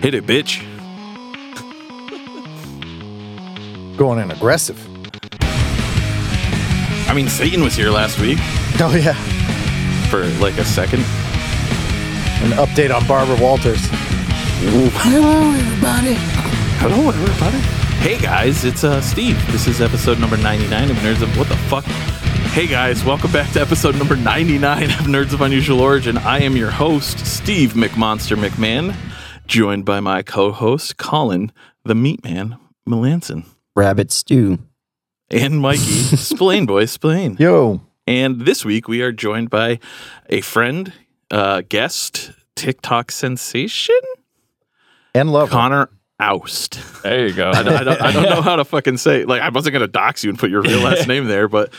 Hit it, bitch. Going in aggressive. I mean, Satan was here last week Oh, yeah. for like a second. An update on Barbara Walters. Hello, everybody. Hello, everybody. Hey, guys, it's uh, Steve. This is episode number 99 of Nerds of What the Fuck. Hey, guys, welcome back to episode number 99 of Nerds of Unusual Origin. I am your host, Steve McMonster McMahon, joined by my co host, Colin, the Meat Man, Melanson, Rabbit stew. and Mikey, Splain Boy Splain. Yo. And this week we are joined by a friend, uh, guest, TikTok sensation, And love. her. Connor Oust. There you go. I, don't- I don't, I don't know how to fucking say. Like, I wasn't gonna dox you and put your real last name there, but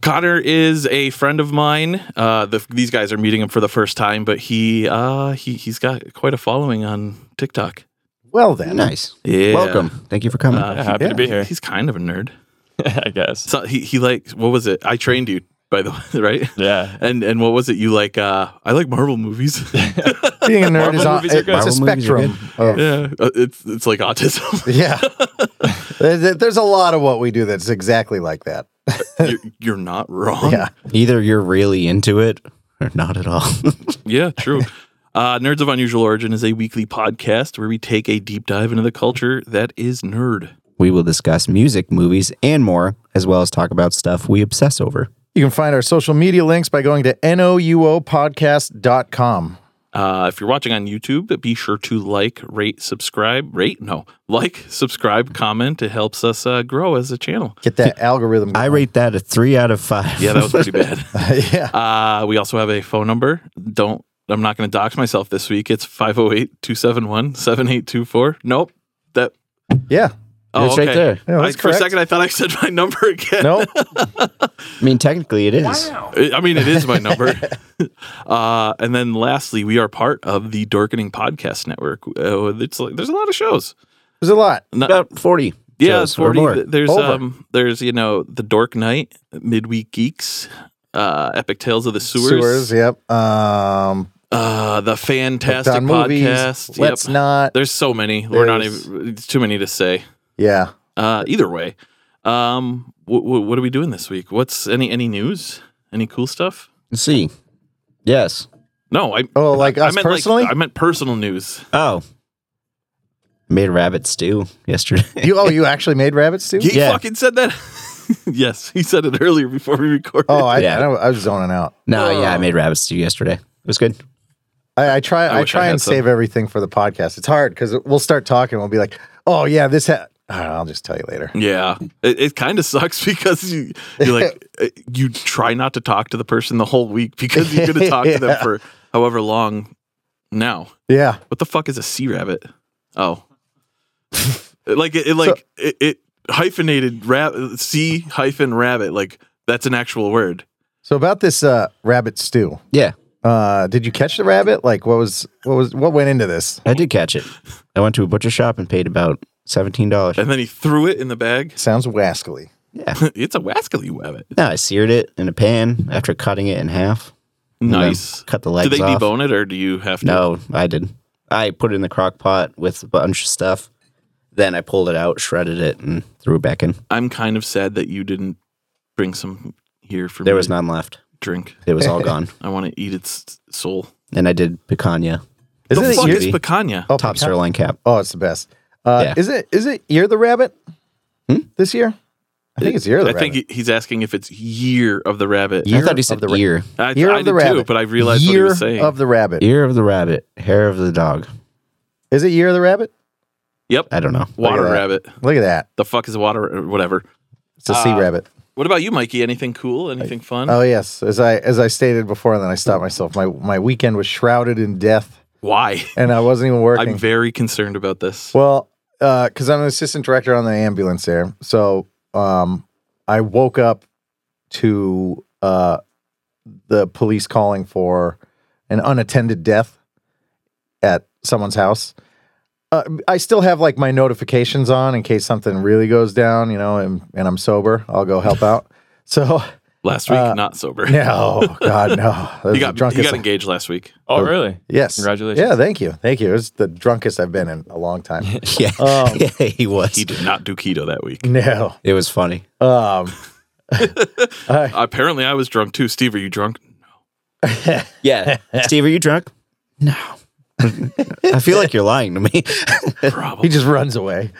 Connor is a friend of mine. Uh, the, these guys are meeting him for the first time, but he uh, he he's got quite a following on TikTok. well, then. Nice. Yeah, Welcome. Thank you for coming. Uh, Happy to be here, He's kind of a nerd. I guess. So he he like what was it? I trained you by the way, right? Yeah. And and what was it? You like? Uh, I like Marvel movies. Being a nerd is Marvel on, movies are it's good. a Marvel movies are spectrum. Of, yeah, uh, it's it's like autism. yeah. There- there- There's a lot of what we do that's exactly like that. you're, you're not wrong. Yeah. Either you're really into it or not at all. Yeah, true. Uh, Nerds of Unusual Origin is a weekly podcast where we take a deep dive into the culture that is nerd. we will discuss music, movies, and more, as well as talk about stuff we obsess over. You can find our social media links by going to nouopodcast.com. Uh, if you're watching on YouTube, be sure to like, rate, subscribe, rate, no, like, subscribe, comment. It helps us uh, grow as a channel. Get that algorithm. I going. rate that a three out of five. Yeah, that was pretty bad. yeah. Uh, we also have a phone number. Don't, I'm not going to dox myself this week. It's 508 271 7824. Nope. That, Yeah. oh, It's right okay. there. Yeah, I, that's for a correct. second, I thought I said my number again. Nope. I mean, technically it is. I mean, it is my number. uh, and then lastly, we are part of the Dorkening Podcast Network. Uh, it's like, there's a lot of shows. There's a lot. Not- About 40. yeah, shows or 40. more. th- There's, Over. um, there's you know, The Dork Night, Midweek Geeks, uh, Epic Tales of the Sewers, Sewers. Yep. Um, uh, The Fantastic on movies. Podcast. Let's Yep. not. There's so many. We're not There's- even, it's too many to say. Yeah. Uh, either way, um, wh- wh- what are we doing this week? What's any any news? Any cool stuff? Let's see. Yes. No, I Oh, like us I meant personally? like, I meant personal news. Oh. Made rabbit stew yesterday. you, oh, you actually made rabbits too? He Yeah. fucking said that. yes, he said it earlier before we recorded. Oh, I, Yeah. I, don't- I was zoning out. no, yeah, I made rabbit stew yesterday. It was good. I, I try. I, wish I try had and some. save everything for the podcast. It's hard because we'll start talking. We'll be like, "Oh yeah, this." Ha-. I don't know, I'll just tell you later. yeah, it, it kind of sucks because you you like uh, you try not to talk to the person the whole week because you're going to talk to them Yeah. for however long. Now, Yeah, what the fuck is a sea rabbit? Oh, like it, it like it, it hyphenated rab- sea hyphen rabbit. Like that's an actual word. So about this uh, rabbit stew, Yeah, uh, did you catch the rabbit? Like, what was what was what went into this? I did catch it. I went to a butcher shop and paid about $17. And then he threw it in the bag. Sounds wascally. Yeah. it's a wascally rabbit. No, I seared it in a pan after cutting it in half. and then Nice. Cut the Do legs they off. debone it or do you have to? No, I did. I put it in the crock pot with a bunch of stuff. Then I pulled it out, shredded it, and threw it back in. I'm kind of sad that you didn't bring some here for There me was to none left. drink. It was all gone. I want to eat its soul. And I did picanha, Isn't the it fuck your- is picanha? oh, top pecan- sirloin cap. Oh, it's the best. Uh, Yeah. Is it is it year the rabbit? Hmm? This year, I think it's year the I rabbit. think he- he's asking if it's year of the rabbit. I thought Ear he of said the ra- ear. I, year I of the did too, rabbit. but I realized what he year was saying. of the rabbit. Ear of the rabbit, hair of the dog. Is it year of the rabbit? yep, I don't know. water Look at that. rabbit. Look at that. The fuck is a water? Or whatever. It's a sea rabbit. What about you, Mikey? Anything cool? Anything fun? Oh yes, as I as I stated before, and then I stopped myself. My my weekend was shrouded in death, Why? and I wasn't even working. I'm very concerned about this. well, because I'm an assistant director on the ambulance there, so um, I woke up to uh, the police calling for an unattended death at someone's house. Uh, I still have like my notifications on in case something really goes down, you know, and, and I'm sober. I'll go help out. So Last week, Uh, not sober. No, God, no. That was He the got, he drunkest got I- engaged last week. Oh, really? Yes. Congratulations. Yeah, thank you. Thank you. It's the drunkest I've been in a long time. Yeah, Um, yeah, he was. He did not do keto that week. no. It was funny. Um, Apparently, I was drunk too. Steve, are you drunk? Yeah, Steve, are you drunk? No. I feel like you're lying to me. he Probably. just runs away.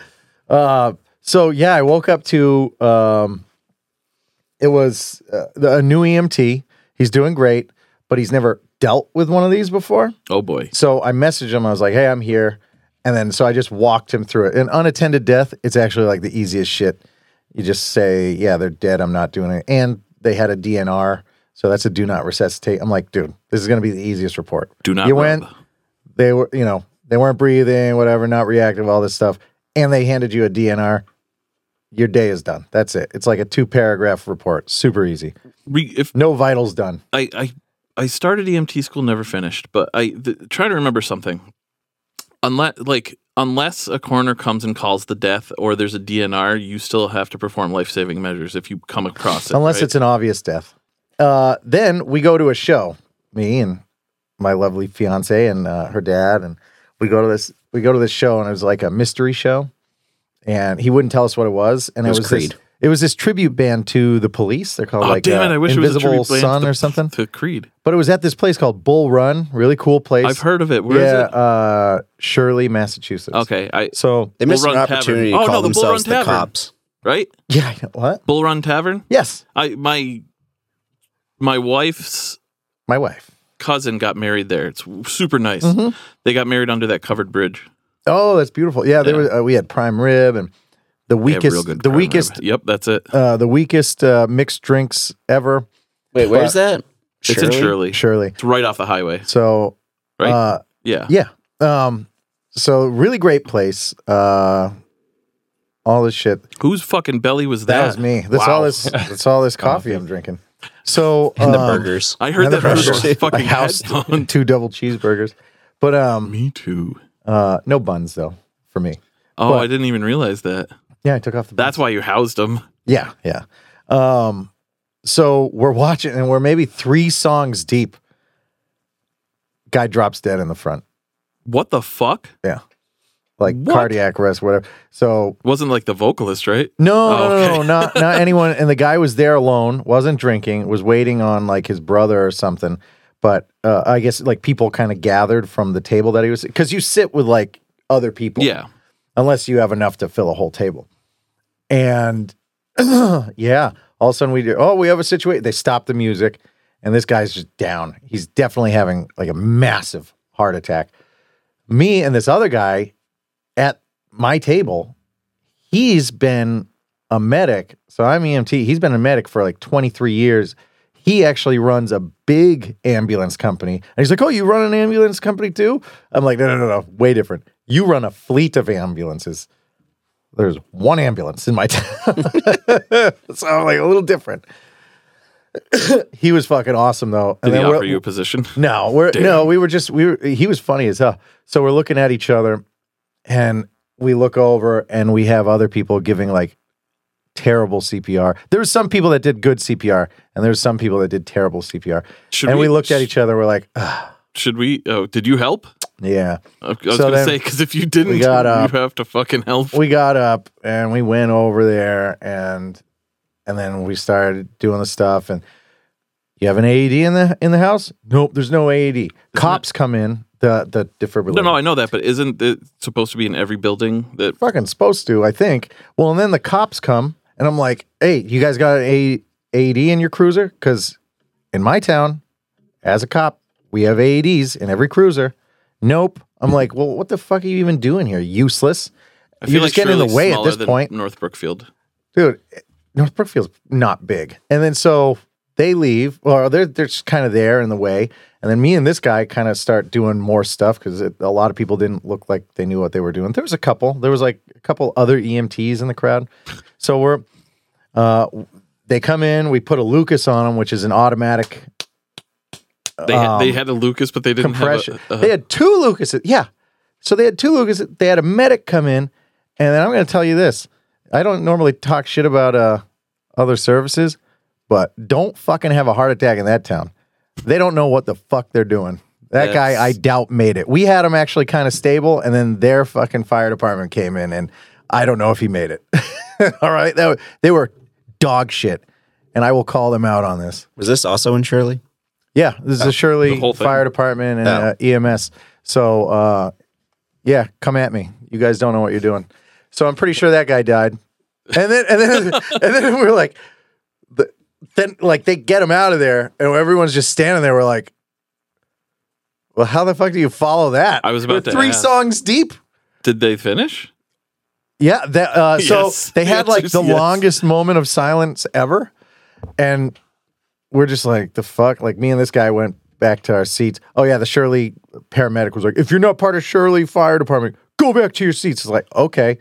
Uh, so yeah, I woke up to um, it was uh, the, a new EMT. He's doing great, but he's never dealt with one of these before. Oh boy. So I messaged him. I was like, "Hey, I'm here," and then so I just walked him through it. An unattended death. It's actually like the easiest shit. You just say, "Yeah, they're dead. I'm not doing it." And they had a DNR, so that's a do not resuscitate. I'm like, dude, this is gonna be the easiest report. Do not You rub. went. They were, you know, they weren't breathing, whatever, not reactive, all this stuff, and they handed you a DNR. Your day is done. That's it. It's like a two paragraph report. Super easy. Re- if No vitals done. I, I I started EMT school, never finished, but I th- try to remember something. Unless like unless a coroner comes and calls the death or there's a DNR, you still have to perform life saving measures if you come across it. Unless right? it's an obvious death. Uh, then we go to a show. Me and my lovely fiance and uh, her dad, and we go to this. We go to this show, and it was like a mystery show, and he wouldn't tell us what it was. And it, It was this- Creed. it was this tribute band to the police. They're called oh like damn uh, it! I wish Invisible it was a tribute band Sun to the- or something. to Creed. But it was at this place called Bull Run, really cool place. I've heard of it. Where is yeah, uh, Shirley, Massachusetts. it? Okay, I So They missed Bull an Run Tavern. opportunity Oh, to call no, the Bull Run themselves the Tavern. cops. right yeah, I know- what? Bull Run Tavern. Yes, I my my wife's my wife. Mm-hmm. cousin got married there. It's super nice. They got married under that covered bridge. Oh, that's beautiful. Yeah, there Yeah. was. Uh, we had prime rib and They the have real weakest, good the prime rib. weakest, Yep, that's it. uh, the weakest uh, mixed drinks ever. Wait, where's that? It's in Shirley. Shirley. It's right off the highway. So, Right? uh, Yeah. yeah. Um, so really great place. Uh, all this shit. Whose fucking belly was that? That was me. That's all this. That's all this coffee I'm drinking. So And the um, burgers. I heard Another that burger burger. was fucking I housed house on. two double cheeseburgers, but um, Me too. uh, no buns though for me. Oh, But- I didn't even realize that. Yeah, I took off the. That's why you housed him. yeah, yeah. Um, so we're watching, and we're maybe three songs deep. Guy drops dead in the front, What the fuck? like What? cardiac arrest, whatever. So Wasn't like the vocalist, right? no, Oh, no, no, okay. no, not not anyone. And the guy was there alone, wasn't drinking, was waiting on like his brother or something. But uh, I guess like people kind of gathered from the table that he was because you sit with like other people. Yeah. unless you have enough to fill a whole table. And yeah, all of a sudden we do, oh, we have a situation. They stop the music, and this guy's just down. He's definitely having like a massive heart attack. Me and this other guy at my table, he's been a medic. So I'm EMT. He's been a medic for like 23 years. He actually runs a big ambulance company. And he's like, Oh, you run an ambulance company too? I'm like, No, no, no, no. Way different. You run a fleet of ambulances. There's one ambulance in my town. so I'm like, a little different. he was fucking awesome though. Did he then we're- offer you a position? no, we're no, we were just we were he was funny as hell. So we're looking at each other and we look over and we have other people giving like terrible CPR. There were some people that did good CPR and there were some people that did terrible CPR. Should and we, we- looked at each other, we're like, "Ugh, Should we? Oh, did you help? yeah. I was going to then say, because if you didn't, we got, uh, you have to fucking help. We got up and we went over there and and then we started doing the stuff and you have an AED in the in the house? Nope, there's no AED. Cops come in, the the defibrillator. No, no, I know that, but isn't it supposed to be in every building that fucking supposed to, I think. Well, and then the cops come, and I'm like, hey, you guys got an A- AED in your cruiser? Because in my town, as a cop, we have AEDs in every cruiser. Nope. I'm like, well, what the fuck are you even doing here? Useless. I You're just getting in Shirley's the way at smaller this than point North Brookfield. dude, North Brookfield's not big. And then so they leave, or they're they're just kind of there in the way. And then me and this guy kind of start doing more stuff because a lot of people didn't look like they knew what they were doing. There was a couple. There was like a couple other EMTs in the crowd. So we're, uh, they come in. We put a Lucas on them, which is an automatic They, had they had a Lucas, but they didn't Um, compression. have a- a, they had two Lucases. Yeah. So they had two Lucases. They had a medic come in, and then I'm going to tell you this. I don't normally talk shit about uh, other services, But don't fucking have a heart attack in that town. They don't know what the fuck they're doing. That guy, I That's- doubt, made it. We had him actually kind of stable, and then their fucking fire department came in, and I don't know if he made it. All right. That, they were dog shit. And I will call them out on this. Was this also in Shirley? Yeah, this is the Shirley the whole thing? Fire Department and uh, EMS. So, uh, yeah, come at me. You guys don't know what you're doing. So I'm pretty sure that guy died. And then and then and then we're like, the, then like they get him out of there, and everyone's just standing there. We're like, well, how the fuck do you follow that? I was about we're to three ask. songs deep. Did they finish? Yeah, that, uh, so Yes. they had like Yes, the yes. longest moment of silence ever, and we're just like the fuck. Like me and this guy went back to our seats. Oh yeah, the Shirley paramedic was like, "If you're not part of Shirley Fire Department, go back to your seats." It's like okay,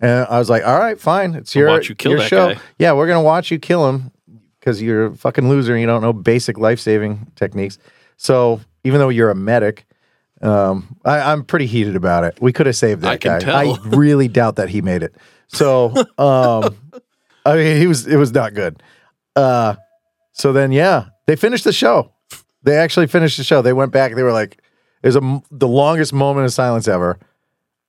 and I was like, "All right, fine. It's your watch you kill your that show. guy." Yeah, we're gonna watch you kill him because you're a fucking loser. and You don't know basic life saving techniques. So even though you're a medic." Um, I, I'm pretty heated about it. We could have saved that I can guy. tell. I really doubt that he made it. So, um, I mean, he was it was not good. Uh, so then, yeah, they finished the show. They actually finished the show. They went back. They were like, it was a m the longest moment of silence ever,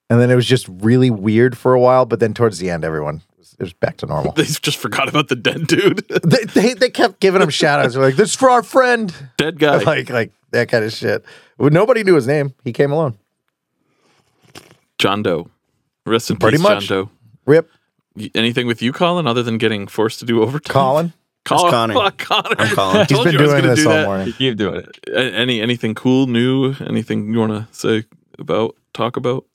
and then it was just really weird for a while. But then towards the end, everyone was, it was back to normal. They just forgot about the dead dude. they, they they kept giving him shout outs. They're like, "This is for our friend," dead guy. like like that kind of shit. Well, Nobody knew his name. He came alone. John Doe. Rest in Pretty peace, much. John Doe. Rip Y- Anything with you, Colin, other than getting forced to do overtime? Colin. Colin. Connor. Fuck, Connor. I'm Colin. I He's told been you I was doing gonna this do all that. morning. Keep doing it. A- Any anything cool, new? Anything you want to say about? Talk about?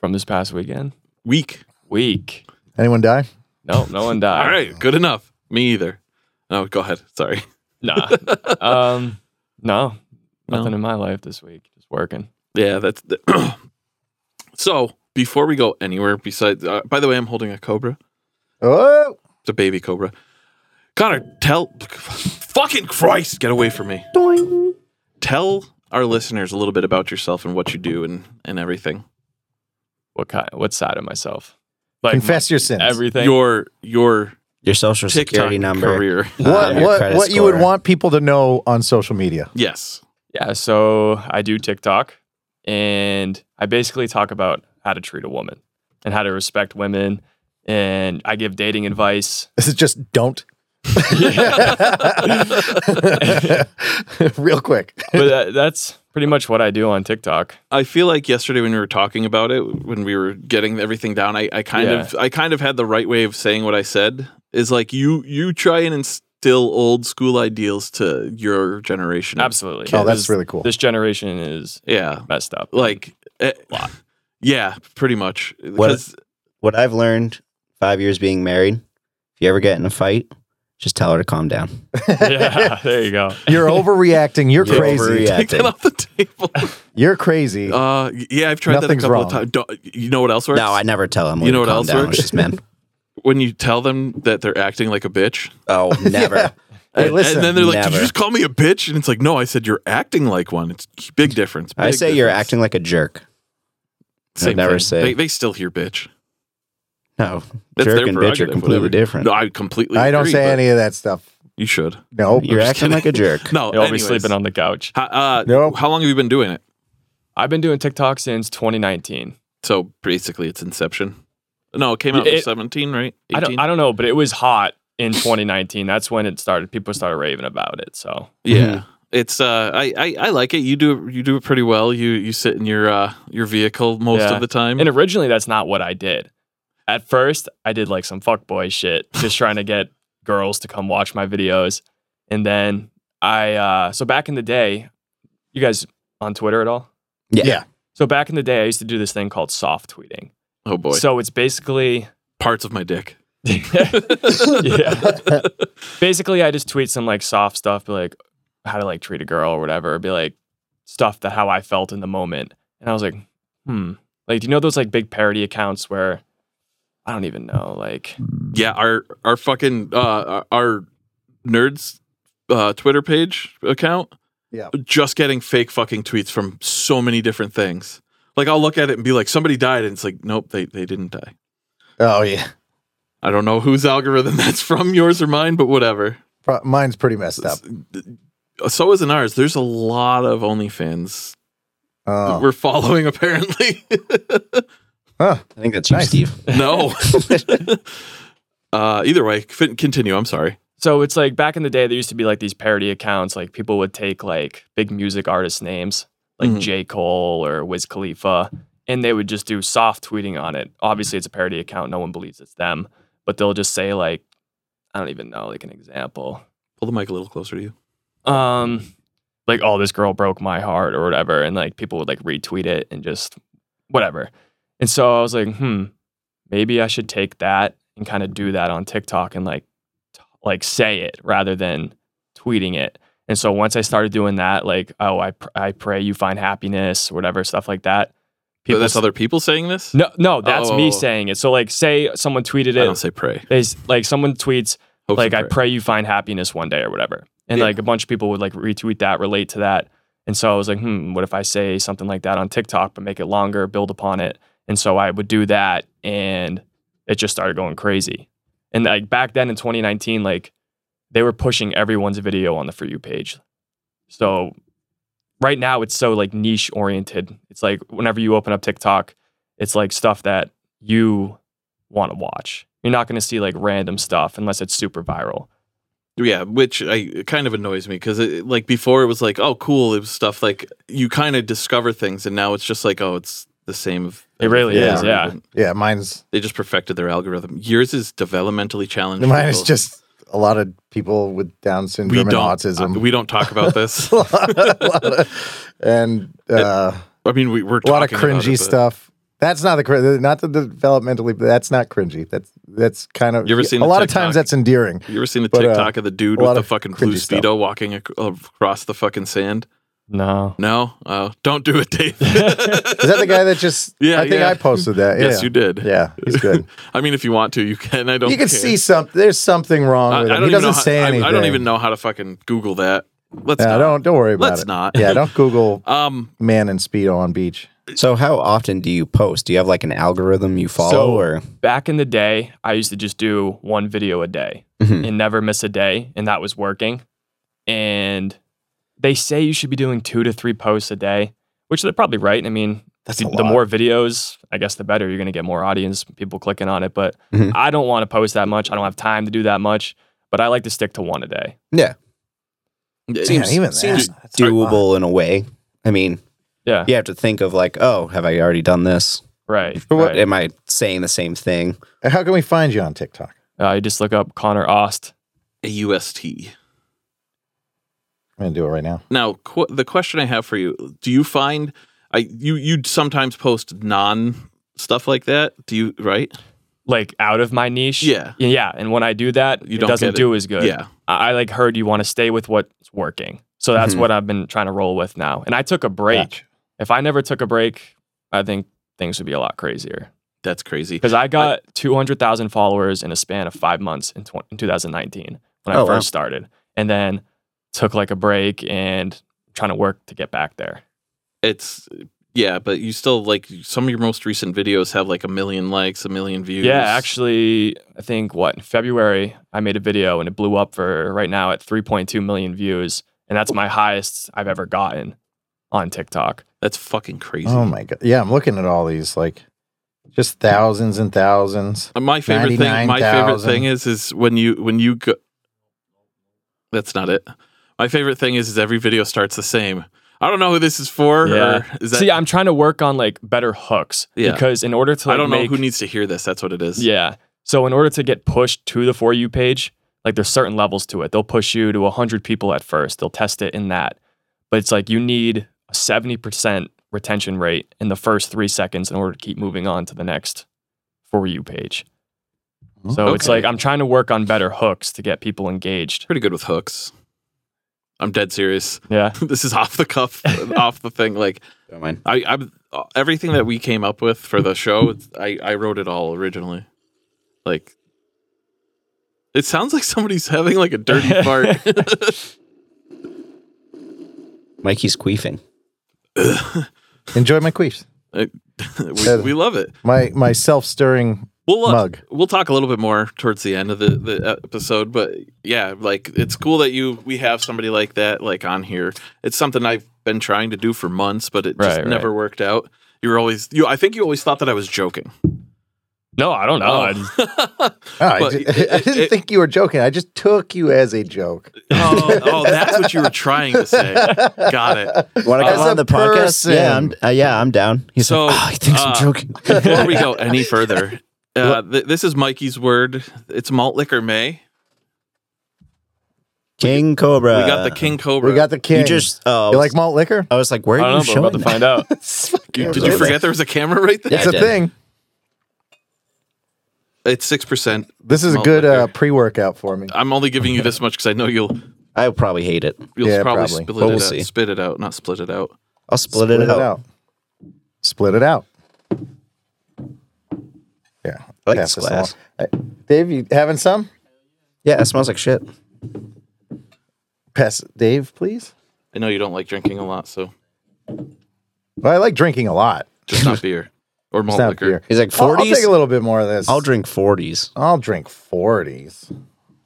From this past weekend, Week. week. Anyone die? No, no one died. All right, good enough. Me either. No, go ahead. Sorry. Nah. Um, no, No. nothing in my life this week. Just working. Yeah, that's. The so before we go anywhere, besides, uh, by the way, I'm holding a cobra. Oh, It's a baby cobra. Connor, tell. Fucking Christ, get away from me. Tell our listeners a little bit about yourself and what you do and, and everything. What kind? What side of myself? Like confess your sins. my- everything. Your your Your social TikTok security number. career. what your what, credit what you would score. want people to know on social media. Yes. yeah. So I do TikTok, and I basically talk about how to treat a woman and how to respect women, and I give dating advice. This is just don't. Real quick. but that, that's pretty much what I do on TikTok. I feel like yesterday when we were talking about it, when we were getting everything down, I, I kind of I kind of had the right way of saying what I said. Is like you you try and instill old school ideals to your generation. Absolutely. Oh, that's This- really cool. This generation is Yeah. messed up. Like eh, yeah, pretty much. What- 'Cause What I've learned five years being married, if you ever get in a fight, just tell her to calm down. yeah, there you go. You're overreacting. You're, You're crazy. overreacting. Take that thing. off the table. You're crazy. Uh, yeah, I've tried Nothing's that a couple wrong. of times. You know what else works? No, I never tell Emily. You know what to calm else down. works? She's man. When you tell them that they're acting like a bitch, Oh, never. Hey, and, listen, and then they're like, "Did you never. just call me a bitch?" And it's like, "No, I said you're acting like one." It's big difference. I big say you're difference. acting like a jerk. Same never thing. say. They, they still hear bitch. No, That's their jerk and bitch are prerogative, completely whatever. different. No, I completely. I don't agree, say but any of that stuff. You should. No. You're just acting kidding. like a jerk. No, You'll be anyways. sleeping on the couch. How, uh, No. how long have you been doing it? I've been doing TikTok since 2019. So basically, it's inception. No, it came out in It- seventeen, right? I don't, 18? I don't know, but it was hot in 2019. That's when it started. People started raving about it. So Yeah. It's uh I, I I like it. You do you do it pretty well. You you sit in your uh your vehicle most Yeah. of the time. And originally, that's not what I did. At first, I did like some fuckboy shit, just trying to get girls to come watch my videos. And then I, uh, so back in the day, you guys on Twitter at all? Yeah. Yeah. So back in the day, I used to do this thing called soft tweeting. oh boy. So it's basically, Parts of my dick. yeah. basically, I just tweet some like soft stuff, be like how to like treat a girl or whatever, or be like stuff that how I felt in the moment. And I was like, hmm. Like, do you know those like big parody accounts where I don't even know, like Yeah, our our fucking uh our nerds uh Twitter page account. Yeah. Just getting fake fucking tweets from so many different things. Like I'll look at it and be like, somebody died, and it's like, nope, they they didn't die. Oh yeah. I don't know whose algorithm that's from, yours or mine, but whatever. uh, Pro- mine's pretty messed up. So isn't ours. There's a lot of OnlyFans that Oh. we're following, apparently. Huh. I think that's you, Nice. Steve. no. uh, either way, fin- continue. I'm sorry. So it's like back in the day, there used to be like these parody accounts. Like people would take like big music artist names, like Mhm. J. Cole or Wiz Khalifa, and they would just do soft tweeting on it. Obviously, it's a parody account. No one believes it's them, but they'll just say like, I don't even know, like an example, Pull the mic a little closer to you. um, like, oh, this girl broke my heart or whatever, and like people would like retweet it and just whatever. And so I was like, hmm, maybe I should take that and kind of do that on TikTok and like t- like say it rather than tweeting it. And so once I started doing that, like, oh, I pr- I pray you find happiness, whatever stuff like that. People that's s- other people saying this? no, no, that's Oh. me saying it. So like, say someone tweeted I don't it. say pray. They s- like someone tweets, Hopes like and I pray. pray you find happiness one day or whatever. And Yeah. like a bunch of people would like retweet that, relate to that. And so I was like, hmm, what if I say something like that on TikTok, but make it longer, build upon it? And so I would do that and it just started going crazy. And like back then in 2019, like they were pushing everyone's video on the For You page. So right now it's so like niche oriented. It's like whenever you open up TikTok, it's like stuff that you want to watch. You're not going to see like random stuff unless it's super viral. Yeah, which I it kind of annoys me because like before it was like, oh, cool, it was stuff like you kind of discover things, and now it's just like, oh, it's the same. Of It really Yeah. is, yeah. Yeah, mine's they just perfected their algorithm. Yours is developmentally challenged. mine is people. just a lot of people with Down syndrome and autism. uh, we don't talk about this. A lot of- a lot of- and uh, I mean, we, we're a lot of talking about cringy it, but- stuff. That's not the cr- not the developmentally. But that's not cringy. That's that's kind of You ever seen a the lot of TikTok? times that's endearing. You ever seen the But, uh, TikTok of the dude a with lot the of fucking blue cringy stuff. speedo walking ac- across the fucking sand? No. No, oh, don't do it, Dave. Is that the guy that just? Yeah, I think yeah. I posted that. yes, yeah. you did. Yeah, he's good. I mean, if you want to, you can. I don't. you can care. see something. There's something wrong I, I with him. don't He even know doesn't how, say I- anything. I, don't even know how to fucking Google that. Let's Yeah, not. don't don't worry about Let's it. not. Yeah, don't Google Um, man in speedo on beach. So, how often do you post? Do you have like an algorithm you follow, So- or Back in the day, I used to just do one video a day Mhm. and never miss a day, and that was working. And they say you should be doing two to three posts a day, which they're probably right. I mean, That's the, a the lot. more videos, I guess, the better. You're going to get more audience, people clicking on it. But Mhm. I don't want to post that much. I don't have time to do that much. But I like to stick to one a day. yeah, Yeah, seems even that, seems that's a lot. doable in a way. I mean, Yeah. you have to think of like, oh, have I already done this? Right. But what- right. Am I saying the same thing? How can we find you on TikTok? Uh, you just look up Connor Ost. a UST. I'm gonna do it right now. Now, qu- the question I have for you: Do you find I you you sometimes post non stuff like that? Do you right? like out of my niche. Yeah. Yeah. And when I do that, You it don't doesn't get it. do as good. Yeah. I, I like heard you want to stay with what's working. So that's Mhm. what I've been trying to roll with now. And I took a break. Gotcha. If I never took a break, I think things would be a lot crazier. That's crazy. Because I got 200,000 followers in a span of five months in, tw- in 2019 when I Oh, wow. first started. And then took like a break and trying to work to get back there. It's yeah, but you still like some of your most recent videos have like a million likes, a million views. Yeah, actually, I think what in February I made a video and it blew up for right now at 3.2 million views, and that's my highest I've ever gotten on TikTok. that's fucking crazy. Oh my god. Yeah, I'm looking at all these like just thousands and thousands. Uh, my favorite thing. My favorite 99,000. thing is is when you when you go. That's not it. My favorite thing is is every video starts the same. I don't know who this is for. Yeah. Or is that, See, I'm trying to work on like better hooks Yeah. because in order to like, I don't know make- who needs to hear this. That's what it is. Yeah. So in order to get pushed to the for you page, like there's certain levels to it. They'll push you to 100 people at first. They'll test it in that. But it's like you need a 70% retention rate in the first 3 seconds in order to keep moving on to the next for you page. So it's Okay. like I'm trying to work on better hooks to get people engaged. Pretty good with hooks. I'm dead serious. Yeah. this is off the cuff, off the thing. Like Don't mind. I, I'm uh, everything that we came up with for the show. it's- I I wrote it all originally. Like, it sounds like somebody's having like a dirty fart. Mikey's queefing. Enjoy my queefs. I- we, we love it. My my self stirring We'll uh, Mug. we'll talk a little bit more towards the end of the, the episode, but yeah, like it's cool that you we have somebody like that like on here. It's something I've been trying to do for months, but it just Right, right. never worked out. You were always you. I think you always thought that I was joking. No, I don't know. I just- oh, Oh, I, But ju- it- I didn't it- think you were joking. I just took you as a joke. oh, that's what you were trying to say. Got it. Want to As come on a the podcast? Yeah, I'm, uh, yeah, I'm down. He's So, like, oh, he thinks I'm uh, joking. Before we go any further, uh, th- this is Mikey's word. It's malt liquor May. King Cobra. We got the King Cobra. Uh, We got the king. You just. Oh, you like malt liquor? I was like, where I are don't you know, but I'm about showing to that? find out. Did you forget there was a camera right there? Yeah. It's I a did. thing. It's six percent. This is a Malt good uh, liquor. pre-workout for me. I'm only giving you this much because I know you'll I'll probably hate it. you'll Yeah, probably, probably. split But it we'll out, see. spit it out, not split it out. I'll split, it, out. Split it out. Yeah. I like pass this glass. along. Hey, Dave, you having some? Yeah, it smells like shit. Pass, Dave, please. I know you don't like drinking a lot, so Well, I like drinking a lot. just not beer or It's malt not liquor. beer. He's like, I'll, I'll 40s? take a little bit more of this. I'll drink 40s. I'll drink forties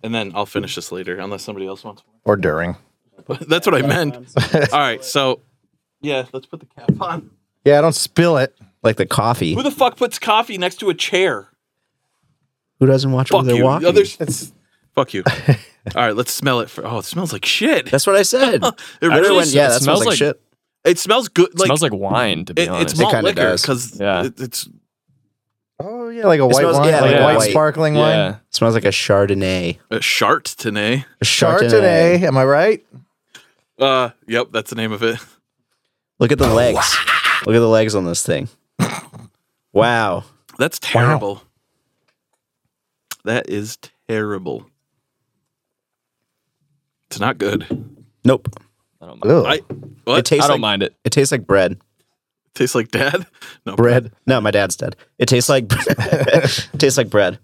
And then I'll finish this later, unless somebody else wants. more. or during. But That's what I meant. All right, so yeah, let's put the cap on. Yeah, don't spill it. Like the coffee. Who the fuck puts coffee next to a chair? Who doesn't watch where Fuck they're you. walking? Others, It's fuck you. All right, let's smell it. For, oh, it smells like shit. That's what I said. It I really went, yeah, that smells smells like, like- shit. It smells good. Like, smells like wine, to be it, honest. it's malt kinda liquor does. because Yeah. it, it's oh yeah, like a white smells- wine, yeah, like like a a white, white- sparkling wine. yeah. smells like a Chardonnay. a shart today. A Chardonnay. Am I right? Uh, yep, that's the name of it. Look at the legs. Look at the legs on this thing. Wow. That's terrible. That is terrible. It's not good. Nope. I don't mind. Ugh. I what? It tastes I don't like mind it. it tastes like bread. tastes like dad. No, Bread. No, my dad's dead. It tastes like it tastes like bread.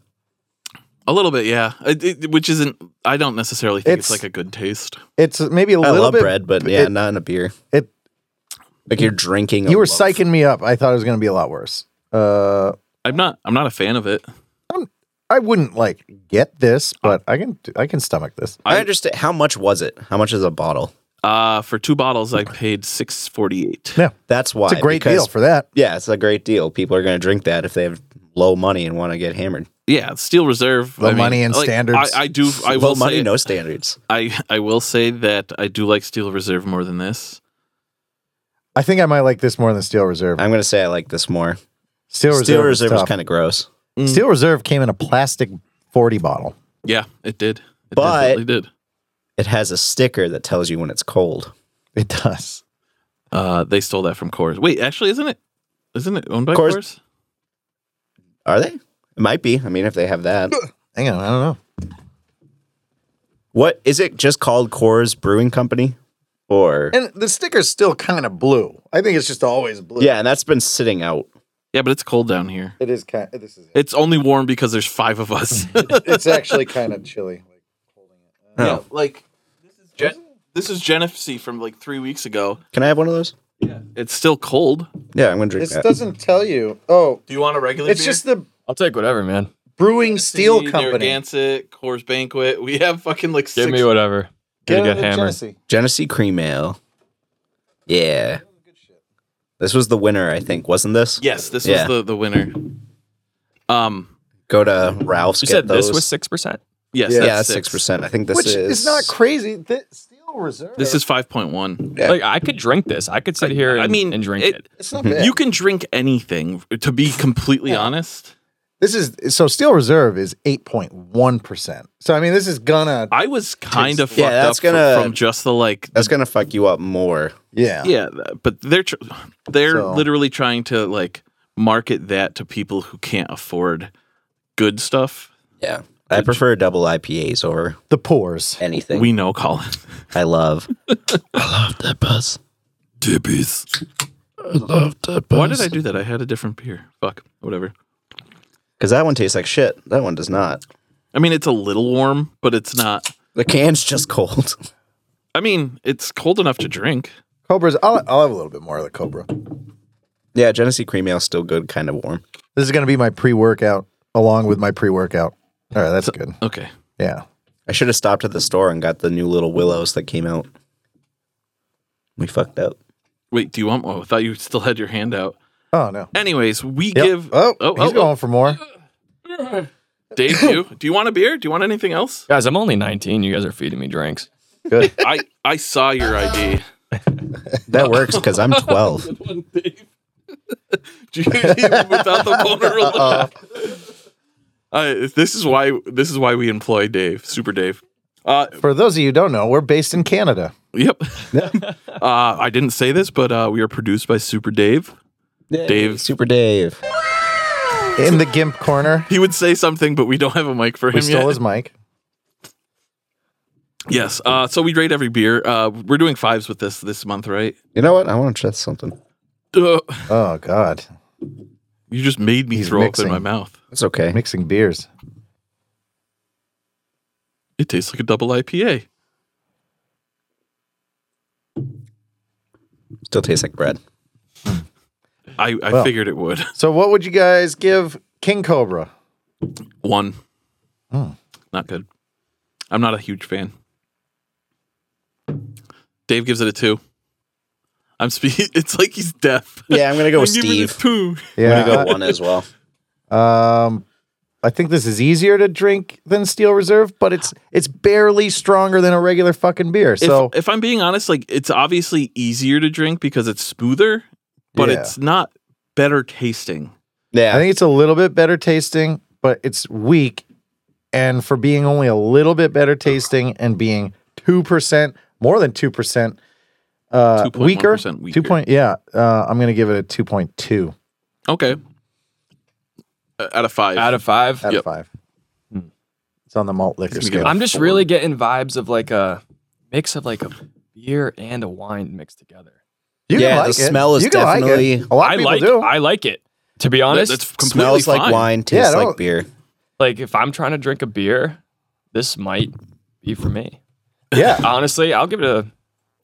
a little bit, yeah. It, it- which isn't. I don't necessarily think it's, It's- like a good taste. it's maybe a I little love bit. bread, but yeah, it- not in a beer. it- like you're drinking. a you were loaf. psyching me up. I thought it was going to be a lot worse. Uh, I'm not. I'm not a fan of it. I wouldn't like get this, but I can I can stomach this. I I- understand. How much was it? How much is a bottle? Uh, for two bottles, I paid six forty eight. Yeah, That's why. it's a great because- deal for that. yeah, it's a great deal. People are going to drink that if they have low money and want to get hammered. Yeah, Steel Reserve. Low money and standards. I, I do. I low will money, say. no standards. I I will say that I do like Steel Reserve more than this. I think I might like this more than Steel Reserve. I'm going to say I like this more. Steel Reserve, Steel Reserve mm. was was tough. kind of gross. Steel Reserve came in a plastic forty bottle. Yeah, it did. It But- definitely did. It has a sticker that tells you when it's cold. It does. Uh, they stole that from Coors. Wait, actually, isn't it? Isn't it owned by Coors? Coors- Are they? It might be. I mean, if they have that. Hang on, I don't know. What is it just called Coors Brewing Company? Or And the sticker's still kind of blue. I think it's just always blue. yeah, and that's been sitting out. Yeah, but it's cold down here. it is kind. Of, this is. It's only warm because there's five of us. It's actually kind of chilly. yeah, like this is Gen- this is Genesee from like three weeks ago. Can I have one of those? It's still cold. Yeah, I'm gonna drink that. doesn't tell you. Oh, Do you want a regular? it's just the I'll take whatever, man. brewing steel company. Narragansett, Coors Banquet. We have fucking like Give six. me whatever. Gonna get hammered. Genesee Cream Ale. Yeah. This was the winner, I think, wasn't this? yes, this Yeah. was the the winner. Um. Go to Ralph's. You get said those. this was six percent. Yes. Yeah, that's that's six percent. I think this Which is is not crazy. The steel reserve. This is five point one. Yeah. Like I could drink this. I could sit here. And, I mean, and drink it- it. It's not bad. You can drink anything. To be completely honest, this is so steel reserve is eight point one percent. So I mean, this is gonna. I was kind of Yeah, fucked that's up fr- gonna- from just the like That's gonna fuck you up more. Yeah. yeah th- but they're tr- they're So- literally trying to like market that to people who can't afford good stuff Yeah. I prefer double IPAs over The pores. anything. we know colin I love. I love that buzz. dippies I love that why did i do that i had a different beer fuck whatever Because that one tastes like shit. That one does not. i mean it's a little warm but it's not The can's just cold. i mean it's cold enough to drink Cobras. I'll, I'll have a little bit more of the cobra. yeah, Genesee Cream Ale still good, kind of warm. This is gonna be my pre-workout. along with my pre workout. All right, that's good. Okay. Yeah. I should have stopped at the store and got the new little willows that came out. We fucked up. Wait, do you want? Oh, I thought you still had your hand out. Oh no. Anyways, we Yep. give. oh, he's going for more. Dave, you do you want a beer? Do you want anything else? Guys, I'm only 19. You guys are feeding me drinks. Good. I I saw your ID. That works because I'm 12. Do you- without the vulnerable. Uh-huh. Uh, this is why this is why we employ Dave, Super Dave. Uh, For those of you who don't know, we're based in Canada. yep. uh, I didn't say this, but uh, we are produced by Super Dave. Dave. Super Dave. In the GIMP corner. He would say something, but we don't have a mic for We him stole yet. his mic. yes. Uh, so we rate every beer. Uh, we're doing fives with this this month, right? You know what? I want to try something. Uh, Oh God. you just made me He's throw up mixing. in my mouth. That's okay. Mixing beers. It tastes like a double IPA. Still tastes like bread. I, I Well. figured it would. So what would you guys give King Cobra? One. Hmm. Oh. Not good. I'm not a huge fan. Dave gives it a two. I'm speaking. It's like he's deaf. Yeah, I'm going to go with I'm giving it a Steve. two. I'm going to go one as well. Um, I think this is easier to drink than Steel Reserve, but it's it's barely stronger than a regular fucking beer. If, So if I'm being honest, like it's obviously easier to drink because it's smoother, but Yeah. it's not better tasting. Yeah. I think it's a little bit better tasting, but it's weak. And for being only a little bit better tasting and being two percent, more than two percent, uh, 2.1% weaker, weaker. two point, yeah, uh, I'm gonna give it a two point two Okay. Uh, Out of five. Out of five. out Yep. of five. Hmm. It's on the malt liquor It's gonna scale. get- I'm just really getting vibes of like a mix of like a beer and a wine mixed together. You can Yeah, the like it. smell is You can like it. definitely- A lot I of people like do. I like it. To be honest, that's completely Smells like fine. wine, tastes Yeah, no. like beer. like if I'm trying to drink a beer, this might be for me. yeah. Honestly, I'll give it a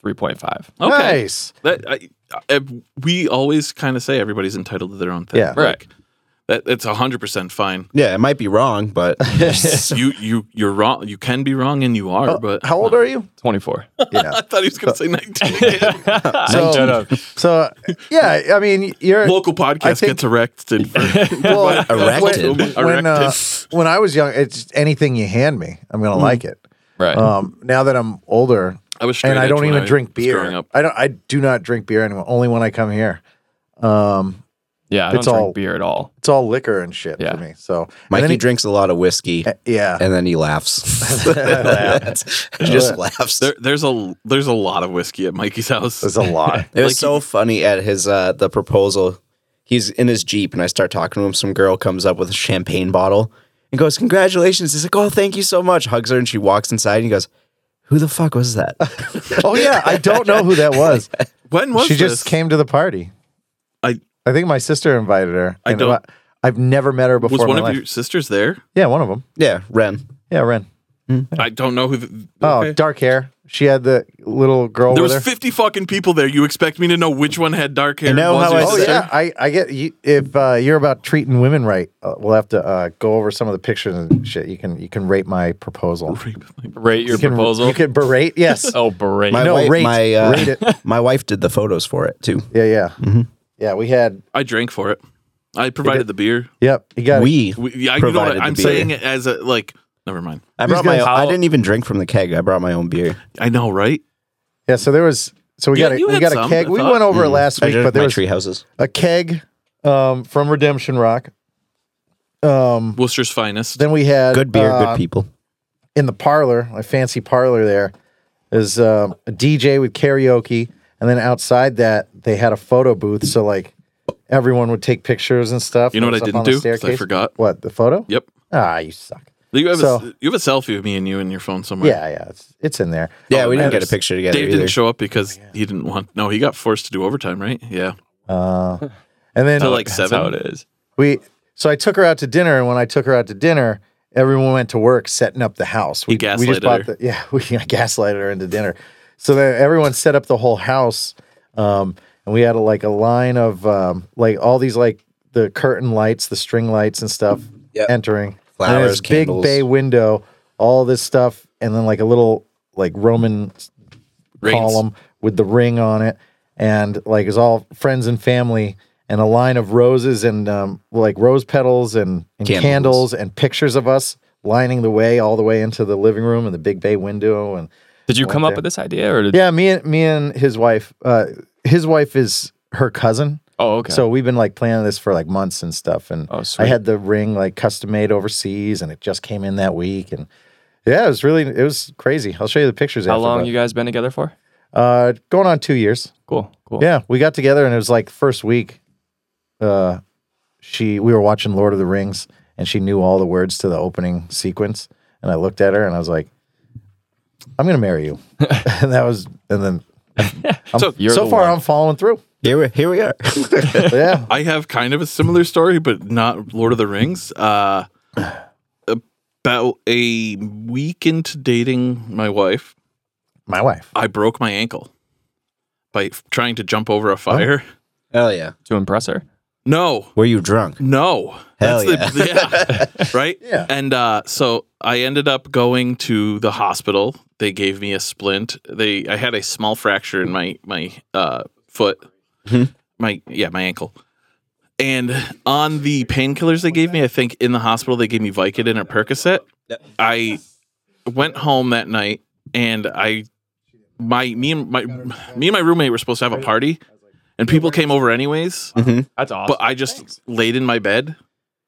3.5. Okay. Nice. That I, I, we always kind of say everybody's entitled to their own thing. Yeah. Right. Like, that that's hundred percent fine. Yeah, it might be wrong, but You you you're wrong. You can be wrong, and you are. But Uh, Uh, How old are you? 24. Yeah. I thought he was going to say nineteen. So- uh, Shut up. So yeah, I mean you're Local podcast think- gets erected. For, well, Erected. When, when, uh, when I was young, it's just anything you hand me, I'm gonna like it. Right. Um, now that I'm older, I was straight and I edge don't when even I drink was beer. growing up. I don't. I do not drink beer anymore. Only when I come here. Um, yeah, I don't it's drink all- beer at all. it's all liquor and shit Yeah. for me. So and Mikey then he- drinks a lot of whiskey eh, yeah. and then he laughs. he just laughs. There, there's a there's a lot of whiskey at Mikey's house. There's a lot. It was so funny at his uh the proposal. He's in his Jeep and I start talking to him. Some girl comes up with a champagne bottle and goes, Congratulations. He's like, Oh, thank you so much. Hugs her and she walks inside and he goes, Who the fuck was that? oh yeah, I don't know who that was. when was she this? just came to the party. I- I think my sister invited her. I and don't- I've never met her before. Was in one my of life. your sisters there? Yeah, one of them. yeah, Ren. Yeah, Ren. I don't know who. The, Oh, okay. dark hair. She had the little girl There with was her. 50 fucking people there. You expect me to know which one had dark hair? I know and was how your I- Oh sister? yeah, I, I get you, if uh, you're about treating women right, uh, we'll have to uh, go over some of the pictures and shit. You can you can rate my proposal. Rate your You can, proposal. You can berate. Yes. oh, berate. My No, wife, rate- my uh, rate it. my wife did the photos for it too. Yeah, yeah, yeah. We had. I drank for it. I provided the beer. Yep. You got. We, We, yeah, you know provided what? I'm the beer. saying it as a like. Never mind. I brought my. gonna- I didn't even drink from the keg. I brought my own beer. I know, right? Yeah. So there was. So we Yeah, got a, you we had got a some, keg. I We thought. went over it last Mm-hmm. I week, drank but there my was tree houses. a keg um, from Redemption Rock. Um, Worcester's finest. then we had Good beer, uh, good people. in the parlor, my fancy parlor there, is um, a DJ with karaoke, and then outside that they had a photo booth. So like everyone would take pictures and stuff. You know It what was I up didn't on the do? 'Cause I staircase. forgot. What the photo? Yep. Ah, you suck. You have So- a you have a selfie of me and you in your phone somewhere. Yeah, yeah, it's it's in there. Yeah, we didn't man, get a picture together Dave either. didn't show up because he didn't want. No, he got forced to do overtime, right? Yeah. Uh, and then To like That's how seven. it is. we, so I took her out to dinner, and when I took her out to dinner. Everyone went to work setting up the house. We, we just gaslighted bought her. the yeah. We gaslighted her into dinner, so then everyone set up the whole house, um, and we had a, like a line of um, like all these like the curtain lights, the string lights and stuff Yep. entering. and Flowers, this big candles. bay window, all this stuff, and then like a little like Roman s- Rings. column with the ring on it, and like it's all friends and family, and a line of roses and um, like rose petals and, and Candles. candles. and pictures of us lining the way all the way into the living room and the big bay window and Did you come up there. with this idea or did yeah me and me and his wife uh his wife is her cousin Oh, okay. so we've been like planning this for like months and stuff. And Oh, I sweet. had the ring like custom made overseas, and it just came in that week. And yeah, it was really it was crazy. I'll show you the pictures. How after, long but, you guys been together for? Uh, going on two years. Cool. Cool. Yeah, we got together, and it was like first week. Uh, she we were watching Lord of the Rings, and she knew all the words to the opening sequence. And I looked at her, and I was like, "I'm gonna marry you." and that was, and then. I'm- So you're so the far, one. I'm following through. Here we here we are. Yeah, I have kind of a similar story, but not Lord of the Rings. Uh, about a week into dating my wife, my wife. I broke my ankle by f- trying to jump over a fire. Hell yeah. To impress her. No, Were you drunk? no. Hell the yeah. right? Yeah. And uh, so I ended up going to the hospital. They gave me a splint. They I had a small fracture in my my uh, foot. Mhm. My yeah, my ankle. And on the painkillers they gave me, I think in the hospital they gave me Vicodin or Percocet. Yep. I went home that night and I my me and my me and my roommate were supposed to have a party and people came over anyways That's awesome. but I just laid in my bed,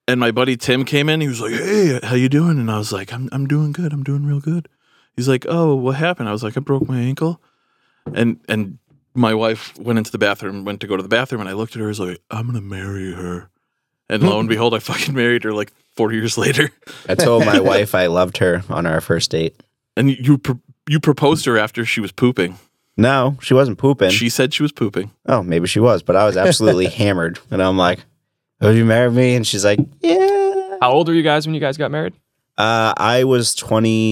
and my buddy Tim came in. He was like, "Hey, how you doing?" And I was like, "I'm I'm doing good. I'm doing real good." He's like, "Oh, what happened?" I was like, "I broke my ankle," and and my wife went into the bathroom, went to go to the bathroom, and I looked at her. I was like, "I'm gonna marry her," and lo and behold, I fucking married her like four years later. I told my wife I loved her on our first date. And you pr- you proposed her after she was pooping. No, she wasn't pooping. She said she was pooping. oh, maybe she was, but I was absolutely hammered. And I'm like, Would you marry me? And she's like, Yeah. How old were you guys when you guys got married? Uh, I was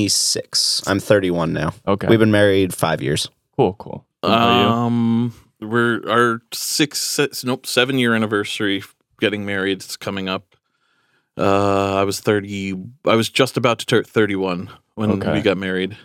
26. I'm 31 now. Okay. We've been married five years. cool, cool. How about you? Um, we're our six, six nope, seven year anniversary getting married. It's coming up. Uh, I was thirty. I was just about to turn thirty-one when Okay. we got married.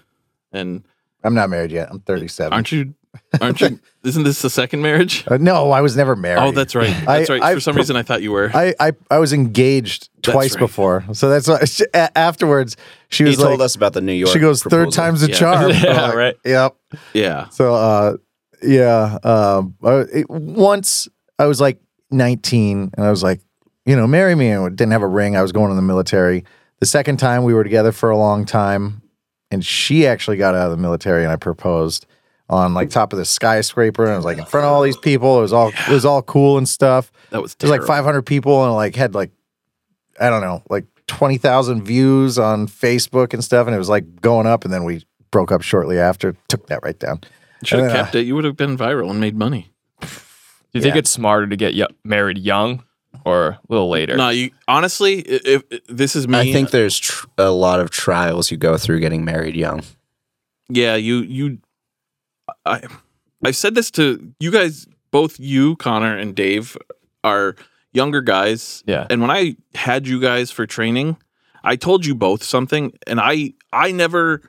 And I'm not married yet. I'm 37. aren't you? Aren't you? isn't this the second marriage? Uh, no, I was never married. Oh, that's right. I- That's right. I- For some reason, I thought you were. I, I, I was engaged That's twice right. before, so that's why. She, a- afterwards, she He was told like, us about the New York. she goes proposal. third time's a Yeah. charm. Yeah, I'm like, right. Yep. yeah. So, uh, yeah. Um, I- it- once I was like 19, and I was like, you know, marry me. And I didn't have a ring. I was going in the military. The second time we were together for a long time, and she actually got out of the military, and I proposed on like top of the skyscraper, and I was like in front of all these people. It was all it was all cool and stuff. That was. There's like terrible. 500 people and like had like I don't know, like 20,000 views on Facebook and stuff and it was like going up and then we broke up shortly after. Took that right down. Should have Yeah. kept it. You would have been viral and made money. Do you think Yeah. it's smarter to get y- married young or a little later? No, you honestly, i- if, if this is me, I think there's tr- a lot of trials you go through getting married young. yeah you you i i've said this to you guys both you connor and dave are younger guys Yeah. and when i had you guys for training i told you both something and i i never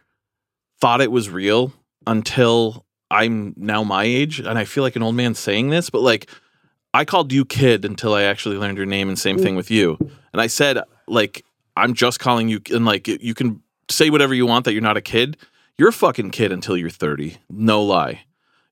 thought it was real until i'm now my age and i feel like an old man saying this but like i called you kid until i actually learned your name and same thing with you and i said like i'm just calling you and like you can say whatever you want that you're not a kid you're a fucking kid until you're 30 no lie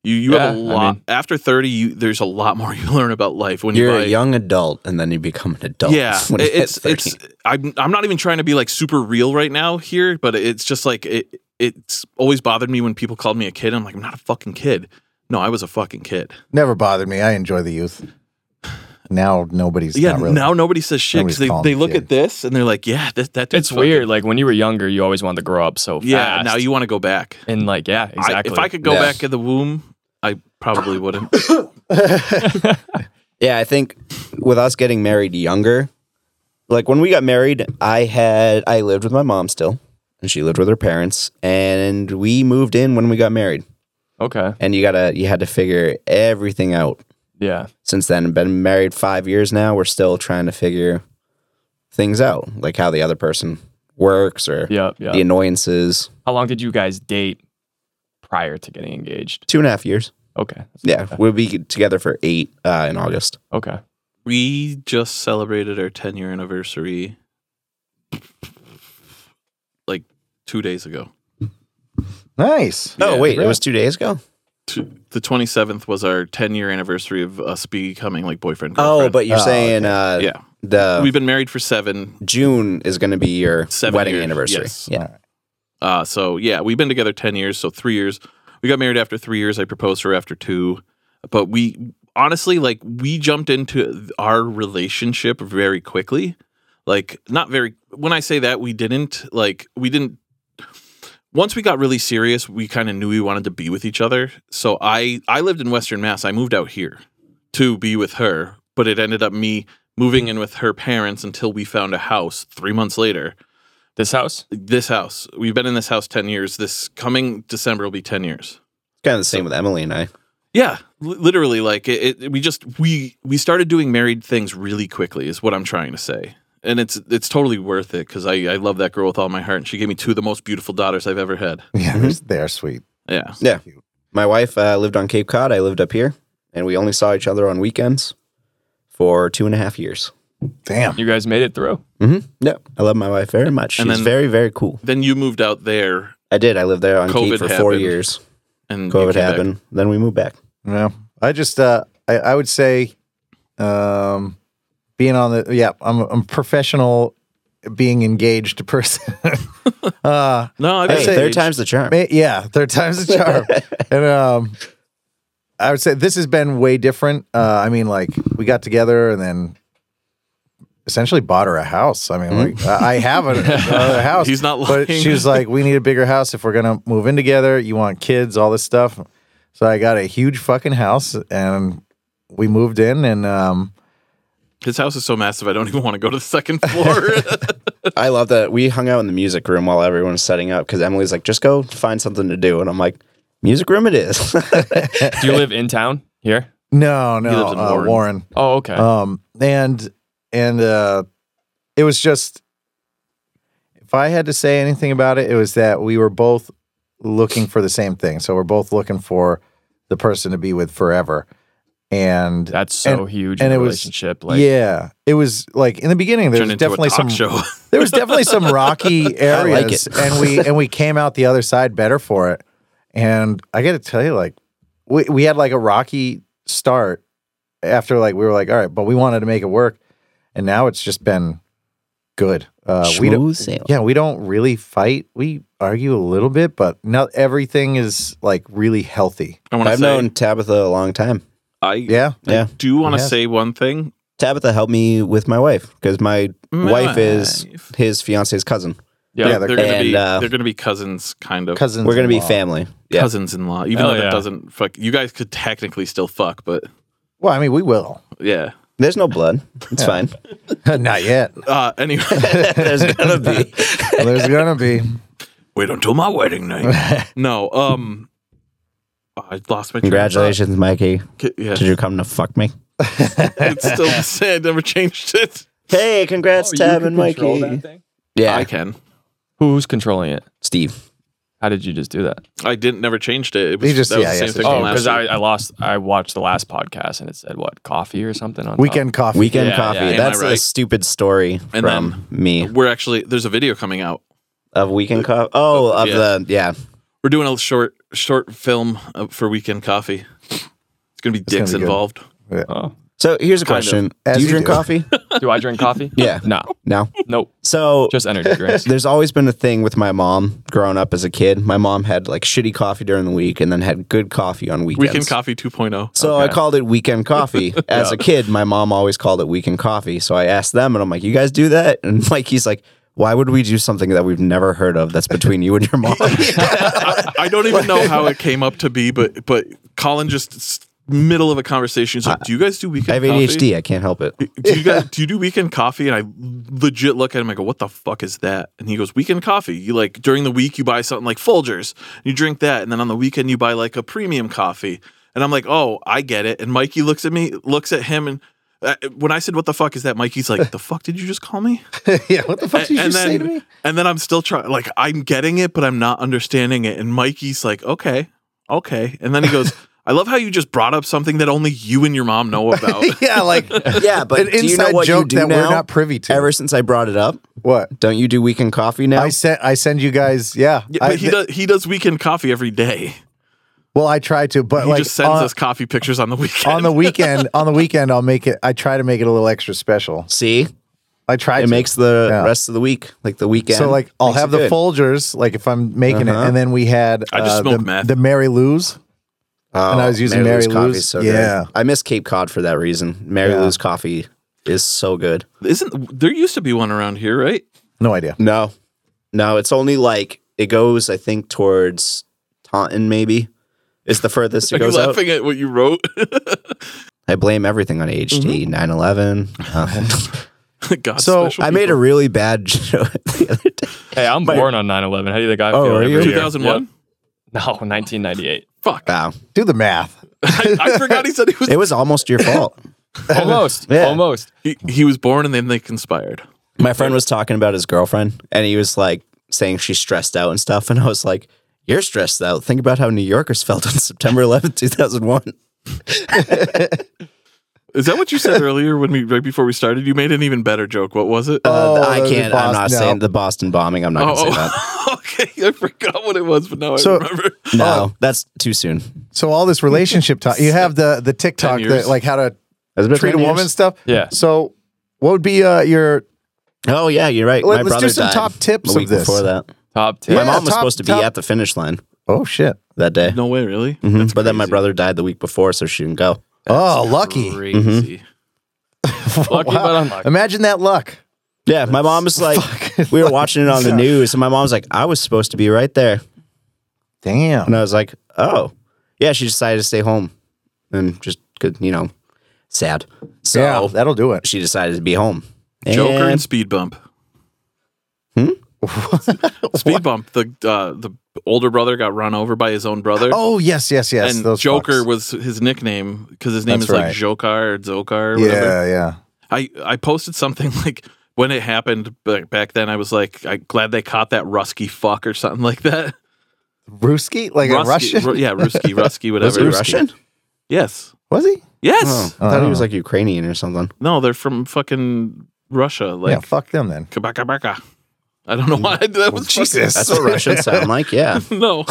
you you have a Yeah, I lot mean- after 30 you there's a lot more you learn about life when You're you buy, a young adult, and then you become an adult. yeah, when you hit it's 30. it's. I'm I'm not even trying to be like super real right now here, but it's just like it. It's always bothered me when people called me a kid. I'm like, I'm not a fucking kid. No, I was a fucking kid. Never bothered me. I enjoy the youth. Now nobody's yeah. not really. Now nobody says shit because Nobody's they, calling they me look kid. at this and they're like, yeah, that that. dude's It's fucking- weird. Like when you were younger, you always wanted to grow up so Yeah. fast. Now you want to go back. and like yeah, I- exactly. if I could go Yeah. back in the womb, I probably wouldn't. Yeah, I think with us getting married younger, like when we got married, I had I lived with my mom still, and she lived with her parents, and we moved in when we got married. okay, And you gotta you had to figure everything out yeah, since then. Been married five years now. We're still trying to figure things out, like how the other person works or Yep. Yeah. the annoyances. How long did you guys date prior to getting engaged? Two and a half years. Okay. Yeah, we'll be together for eight uh, in August. Okay. We just celebrated our 10 year anniversary like two days ago. Nice. No, Yeah. Oh, wait, it was two days ago. Two- The 27th was our 10 year anniversary of us becoming like boyfriend. Oh, girlfriend. but you're Oh, saying uh, yeah. the We've been married for seven. June is going to be your Seven wedding years, anniversary. yes. Yeah, Uh, so yeah, we've been together 10 years. So three years. We got married after three years. I proposed to her after two. But we honestly, like, we jumped into our relationship very quickly. Like, not very, when I say that, we didn't, like, we didn't once we got really serious, we kind of knew we wanted to be with each other. So I I lived in Western Mass. I moved out here to be with her, but it ended up me moving in with her parents until we found a house 3 months later. This house? This house. We've been in this house 10 years. This coming December will be 10 years. kind of the same with Emily and I. Yeah, li- literally like it, it we just we we started doing married things really quickly is what I'm trying to say. And it's it's totally worth it cuz I I love that girl with all my heart and she gave me two of the most beautiful daughters I've ever had. Yeah, Mhm. they're- they're sweet. Yeah. Yeah. Cute. My wife uh, lived on Cape Cod. I lived up here, and we only saw each other on weekends for two and a half years. Damn. You guys made it through. Mm-hmm. Yeah, I love my wife very much. She's And then- very, very cool. Then you moved out there I did. I lived there on COVID Cape for four happened. years. and you COVID came back. happened. Then we moved back. Yeah. I just uh I, I would say um being on the yeah, I'm I'm a professional being engaged person. uh No, I've been Hey, third engaged. time's the charm. ma- yeah, third time's the charm. and um I would say this has been way different. Uh I mean like we got together and then essentially bought her a house. I mean like I I have a, a house. Hmm. He's not But lying. she was like, "We need a bigger house if we're gonna move in together. You want kids, all this stuff." So I got a huge fucking house, and we moved in, and um, His house is so massive, I don't even want to go to the second floor. I love that we hung out in the music room while everyone was setting up because Emily's like, just go find something to do. And I'm like, music room it is. Do you live in town here? no, no, lives in uh, Warren. Warren. Oh, okay. Um, and and uh, it was just, if I had to say anything about it, it was that we were both looking for the same thing. So we're both looking for the person to be with forever, and That's so huge in and a it was- relationship. like, yeah, it was like in the beginning. There Turned was into definitely a talk some show. there was definitely some rocky like areas it. and we and we came out the other side better for it and i gotta tell you like we, we had like a rocky start after like we were like all right but we wanted to make it work and now it's just been good uh we don't Smooth sail. yeah we don't really fight we argue a little bit but not everything is like really healthy I want to I've say, known Tabitha a long time. I yeah Yeah. do want to Yes. say one thing. Tabitha helped me with my wife because my My wife is wife. his fiance's cousin. Yeah. Yeah, they're, they're gonna and, be uh, they're gonna be cousins, kind of cousins We're going to be in-law. family. Yeah. cousins in law. Even Hell though that yeah. doesn't fuck. You guys could technically still fuck, but well i mean we will yeah. There's no blood. It's fine. not yet Uh, anyway, There's going to be. there's gonna be wait until my wedding night. no, um, I lost my train of thought. Congratulations, Mikey. K- Yeah, Did you come to fuck me? it's still the same. Never changed it. Hey, Oh, congrats, Tab and Mikey. Yeah, I can. Who's controlling it? Steve. How did you just do that? I didn't. Never changed it. It was He just- that was yeah, the yeah, same so thing. Like Oh, last because week. I, I lost. I watched the last podcast and it said what coffee or something on top. weekend coffee Weekend Yeah, coffee. yeah. Am I That's a right? stupid story And from me we're actually there's a video coming out. of weekend coffee. Oh, of yeah. the yeah. We're doing a short short film uh, for weekend coffee. It's gonna be gonna dicks be good. involved. Oh. So here's a Kind of. question: As Do you you drink do. coffee? Do I drink coffee? Yeah. No. no. Nope. So Just energy drinks. there's always been a thing with my mom growing up as a kid. My mom had like shitty coffee during the week and then had good coffee on weekends. Weekend coffee oh. 2.0. So I called it weekend coffee. As a kid, my mom always called it weekend coffee. So I asked them, and I'm like, "You guys do that?" And Mikey's like, "Why would we do something that we've never heard of? That's between you and your mom." I, I don't even know how it came up to be, but but Colin just s- middle of a conversation. He's like, "Do you guys do I weekend?" have coffee? ADHD. I can't help it. Do you guys do you do weekend coffee? And I legit look at him. I go, "What the fuck is that?" And he goes, "Weekend coffee. You like during the week you buy something like Folgers, and you drink that, and then on the weekend you buy like a premium coffee." And I'm like, "Oh, I get it." And Mikey looks at me, looks at him, and Uh, when I said, "What the fuck is that?" Mikey's like, "The fuck did you just call me?" yeah, what the fuck did A- you say to me? And then I'm still trying. Like I'm getting it, but I'm not understanding it. And Mikey's like, "Okay, okay." And then he goes, "I love how you just brought up something that only you and your mom know about." yeah, like Yeah, but an do inside you know what joke you do that now? we're not privy to. Ever since I brought it up, what don't you do weekend coffee now? I sent, I send you guys. Yeah, Yeah, I, but he does. He does weekend coffee every day. well, I try to, but He like just sends on, us coffee pictures on the weekend. on the weekend, on the weekend, I'll make it. I try to make it a little extra special. See, I try. it to. makes the Yeah. rest of the week like the weekend. so like I'll makes have it the good. Folgers, like if I'm making Uh-huh. it, and then we had I just uh, smoke the, meth. the Mary Lou's. Oh, and I was using Mary coffee Lou's. is So Yeah. good. I miss Cape Cod for that reason. Mary Yeah. Lou's coffee is so good. Isn't there used to be one around here, right? No idea. No, no, it's only like it goes. I think towards Taunton, maybe. It's the furthest it Are you goes out. laughing at what you wrote? I blame everything on HD 9/11. Uh, God, Mm-hmm. So, special I made a people. really bad joke the other day. Hey, I'm born on 9/11. How do you think I Oh, are feel? every you? year? 2001. Yep. No, 1998. Fuck, Wow, Do the math. I, I forgot he said he was. it was almost your fault. Almost. Yeah. Almost. He, he was born and then they conspired. My friend was talking about his girlfriend, and he was like saying she's stressed out and stuff. And I was like, "You're stressed out. Think about how New Yorkers felt on September 11, 2001." Is that what you said earlier when we right before we started? You made an even better joke. What was it? Uh, Oh, I the- the can't. I'm not Boston- saying no. the Boston bombing. I'm not gonna say that. Oh, okay. I forgot what it was, but now So- I remember. No, Oh. that's too soon. So all this relationship talk. You have the the TikTok, years. that, like how to Has it been treat a 10 woman years? stuff. Yeah. So what would be uh, your? Oh yeah, you're right. Let- My let's do brother some died top tips a of week this. before that. Top 10. my Yeah, mom was top- supposed to be top- at the finish line Oh shit! that day. No way, really? Mhm. That's But then my crazy. brother died the week before, so she didn't go. oh, lucky. Mm-hmm. Crazy. Lucky Wow. but unlucky. Imagine that luck. Yeah, my mom was like, we were watching it on the news, and my mom's like, I was supposed to be right there, Damn. and I was like, oh, yeah. She decided to stay home, and just could you know, sad. So yeah, that'll do it. she decided to be home. Joker and And- speed bump. Hmm? speed bump. The uh, the older brother got run over by his own brother. Oh yes, yes, yes. and those Joker fucks. was his nickname because his name That's is like right. Jokar or Zokar. Or whatever. yeah, yeah. I I posted something like when it happened back back then. I was like, I glad they caught that Rusky fuck or something like that. Ruski, like Rusky, a Russian. Ru- yeah, Rusky, Rusky, whatever. was he Russian? Yes, was he? yes. Oh, I thought he was like Ukrainian or something. No, they're from fucking Russia. Like yeah, fuck Mm. them then. Kabaka Baka. I don't know why I did that. Was fucking- Jesus. That's what Russians sound like. Yeah. no,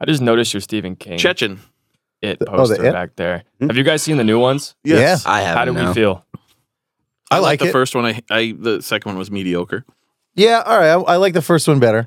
I just noticed your Stephen King Chechen. it oh, the Hmm? poster It? back there. Have you guys seen the new ones? Yes. I have. How did we feel? I liked like the it. first one. I, I the second one was mediocre. Yeah, all right. I, I like the first one better.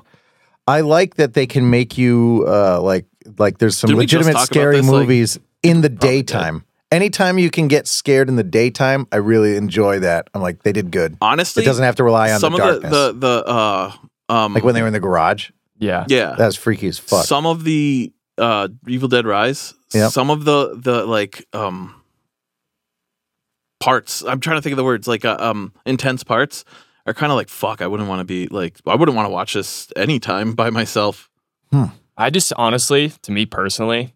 I like that they can make you uh, like like there's some Didn't we just legitimate talk about scary this, like- movies in the daytime. Anytime you can get scared in the daytime, I really enjoy that. I'm like, they did good. Honestly, it doesn't have to rely on some the of the darkness. the, the uh um like when they were in the garage, Yeah. yeah that was freaky as fuck. Some of the uh Evil Dead Rise, Yep. some of the the like um parts. I'm trying to think of the words like uh, um intense parts are kind of like fuck. I wouldn't want to be like I wouldn't want to watch this anytime by myself. I just honestly, to me personally,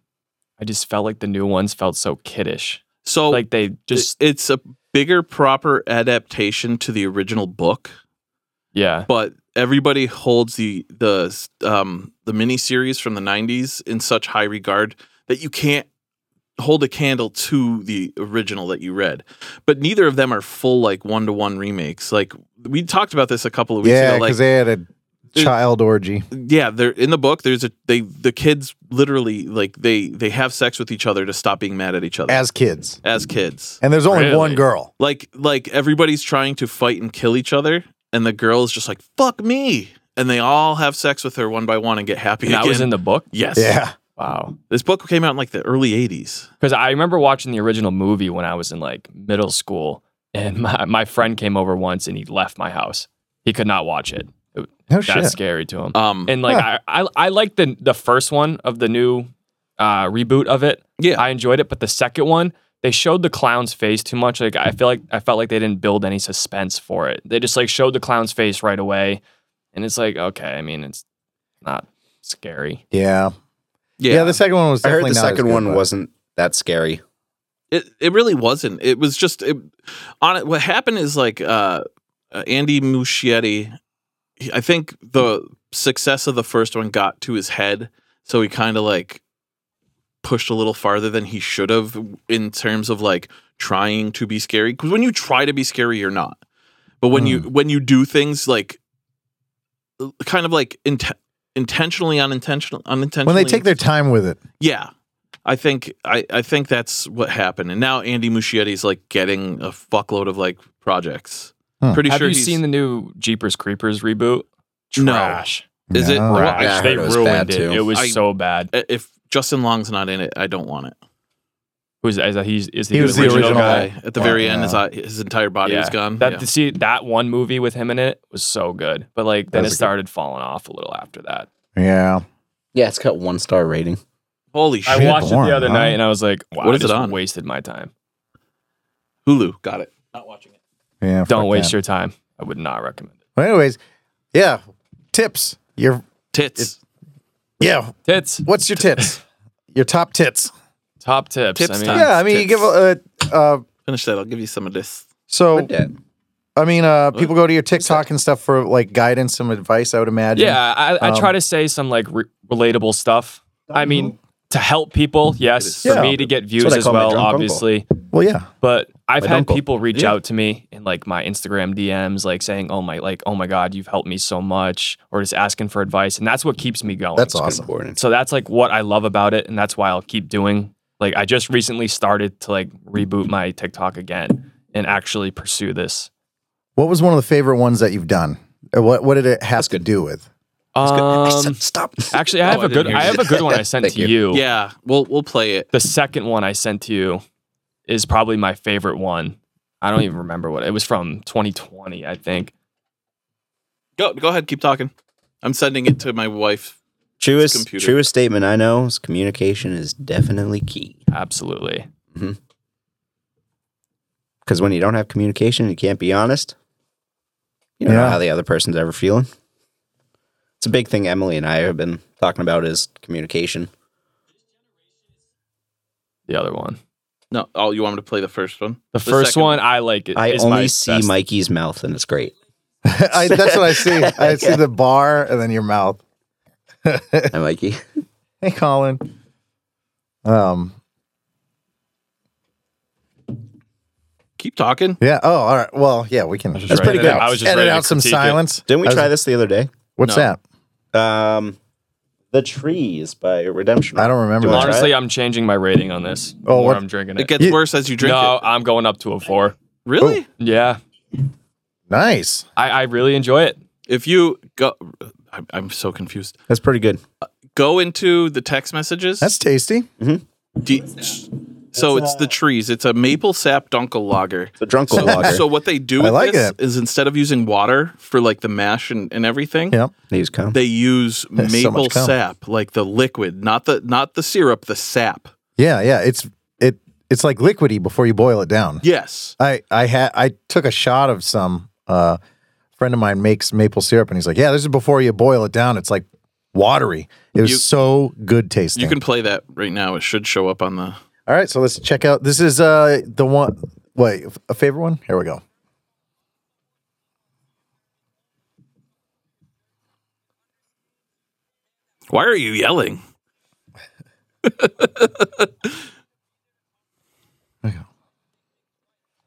I just felt like the new ones felt so kiddish. So Like they just just it's a bigger proper adaptation to the original book, yeah. but everybody holds the the um the miniseries from the 90s in such high regard that you can't hold a candle to the original that you read. But neither of them are full like one to one remakes. Like we talked about this a couple of weeks yeah, ago. Like because they had a child orgy. yeah, they're in the book. There's a they the kids literally like they they have sex with each other to stop being mad at each other as kids, as kids. and there's only Really? one girl. Like like everybody's trying to fight and kill each other, and the girl is just like fuck me, and they all have sex with her one by one and get happy. And that again. was in the book. yes, Yeah, Wow. This book came out in like the early '80s. Because I remember watching the original movie when I was in like middle school, and my, my friend came over once and he left my house. He could not watch it. it no that's shit. scary to him. Um, and like I, I I like the the first one of the new uh, reboot of it. yeah, I enjoyed it, but the second one they showed the clown's face too much. Like I feel like I felt like they didn't build any suspense for it. They just like showed the clown's face right away, and it's like okay, I mean it's not scary. Yeah. yeah, yeah, The second one was. I heard definitely the not as second good, one but- wasn't that scary. It it really wasn't. It was just it, on it. What happened is like uh, uh, Andy Muschietti. he- I think the success of the first one got to his head, so he kind of like pushed a little farther than he should have in terms of like trying to be scary. Because when you try to be scary, you're not. But when Hmm. you when you do things like uh, kind of like int- intentionally, unintentional, unintentionally, when they take their time with it. yeah. I think I, I think that's what happened. And now Andy Muschietti's like getting a fuckload of like projects. Hmm. Pretty Have sure you he's, seen the new Jeepers Creepers reboot? No. Trash. Is it- No. Trash. Yeah, I heard they it was ruined bad, it. too. It was I- so bad. I- if Justin Long's not in it, I don't want it. Who's is that? He's is he, He was the original guy? guy. At the very Yeah. end, his eye, his entire body was gone. That Yeah. see that one movie with him in it was so good, but like then That it was a good- started falling off a little after that. Yeah. Yeah, it's got one star rating. Holy I shit! had watched it Bourne, the other huh? night and I was like, wow, What I is it just on? wasted my time. Hulu got it. Not watching it. Yeah. fuck Don't waste that. your time. I would not recommend it. Well, anyways, yeah. Tips. Your Tits. yeah. Tits, What's your tits? your top tits. top tips. Tips I mean, time. Yeah, I mean, you Tits. give a. Uh, uh, Finish that. I'll give you some of this. so Dead. I mean, uh, people go to your TikTok and stuff for like guidance, some advice. I would imagine. yeah, I, I Um, try to say some like re- relatable stuff. I mean, to help people, yes. For Yeah. me to get views what I as call my well, drunk uncle. obviously. Well, yeah. But I've My had uncle. people reach out to me in like my Instagram DMs, like saying, "Oh my, like oh my God, you've helped me so much," or just asking for advice, and that's what keeps me going. That's Good awesome. board. So that's like what I love about it, and that's why I'll keep doing. Like I just recently started to like reboot my TikTok again and actually pursue this. What was one of the favorite ones that you've done? Uh, What What did it have to do with? Um, Stop. actually, I Oh, have I a good. didn't hear I you. have a good one I sent Thank to you. you. Yeah, we'll we'll play it. The second one I sent to you is probably my favorite one. I don't even remember what it was from 2020, I think. Go go ahead. Keep talking. I'm sending it to my wife. Truest, computer. truest statement I know is communication is definitely key. Absolutely. Because when you don't have communication, you can't be honest. You don't know Yeah. how the other person's ever feeling. It's a big thing Emily and I have been talking about is communication. The other one. No. Oh, you want me to play the first one? The, first second one I like. It, I is only my see best. Mikey's mouth and it's great. I, that's what I see. I see the bar and then your mouth. Hi, Mikey. Hey, Colin. Um. Keep talking. Yeah. Oh, all right. Well, yeah, we can. was just That's ready pretty to- good. I was just edit ready to out some critique it. silence. Didn't we I was- try this the other day? What's No. that? Um, The Trees by Redemption. I don't remember. Do that. I- Honestly, I'm changing my rating on this. The Oh, more what- I'm drinking it. It gets You- worse as you drink no, it. I'm going up to a four. Really? Yeah, Nice. I, I really enjoy it. If you go, I'm, I'm so confused. That's pretty good. Go into the text messages. That's tasty. Do- so it's the trees. It's a maple sap dunkel lager. The Drunkle Lager. So what they do I with like this it. is instead of using water for like the mash and, and everything, Yep. These come. they use much maple cum. sap, like the liquid, not the not the syrup, the sap. Yeah. Yeah. It's it. It's like liquidy before you boil it down. Yes. I I had I took a shot of some. Uh, friend of mine makes maple syrup, and he's like, "Yeah, this is before you boil it down. It's like watery. It was You- so good tasting." You can play that right now. It should show up on the All right, so let's check out. This is uh the one. Wait, a favorite one. Here we go. Why are you yelling?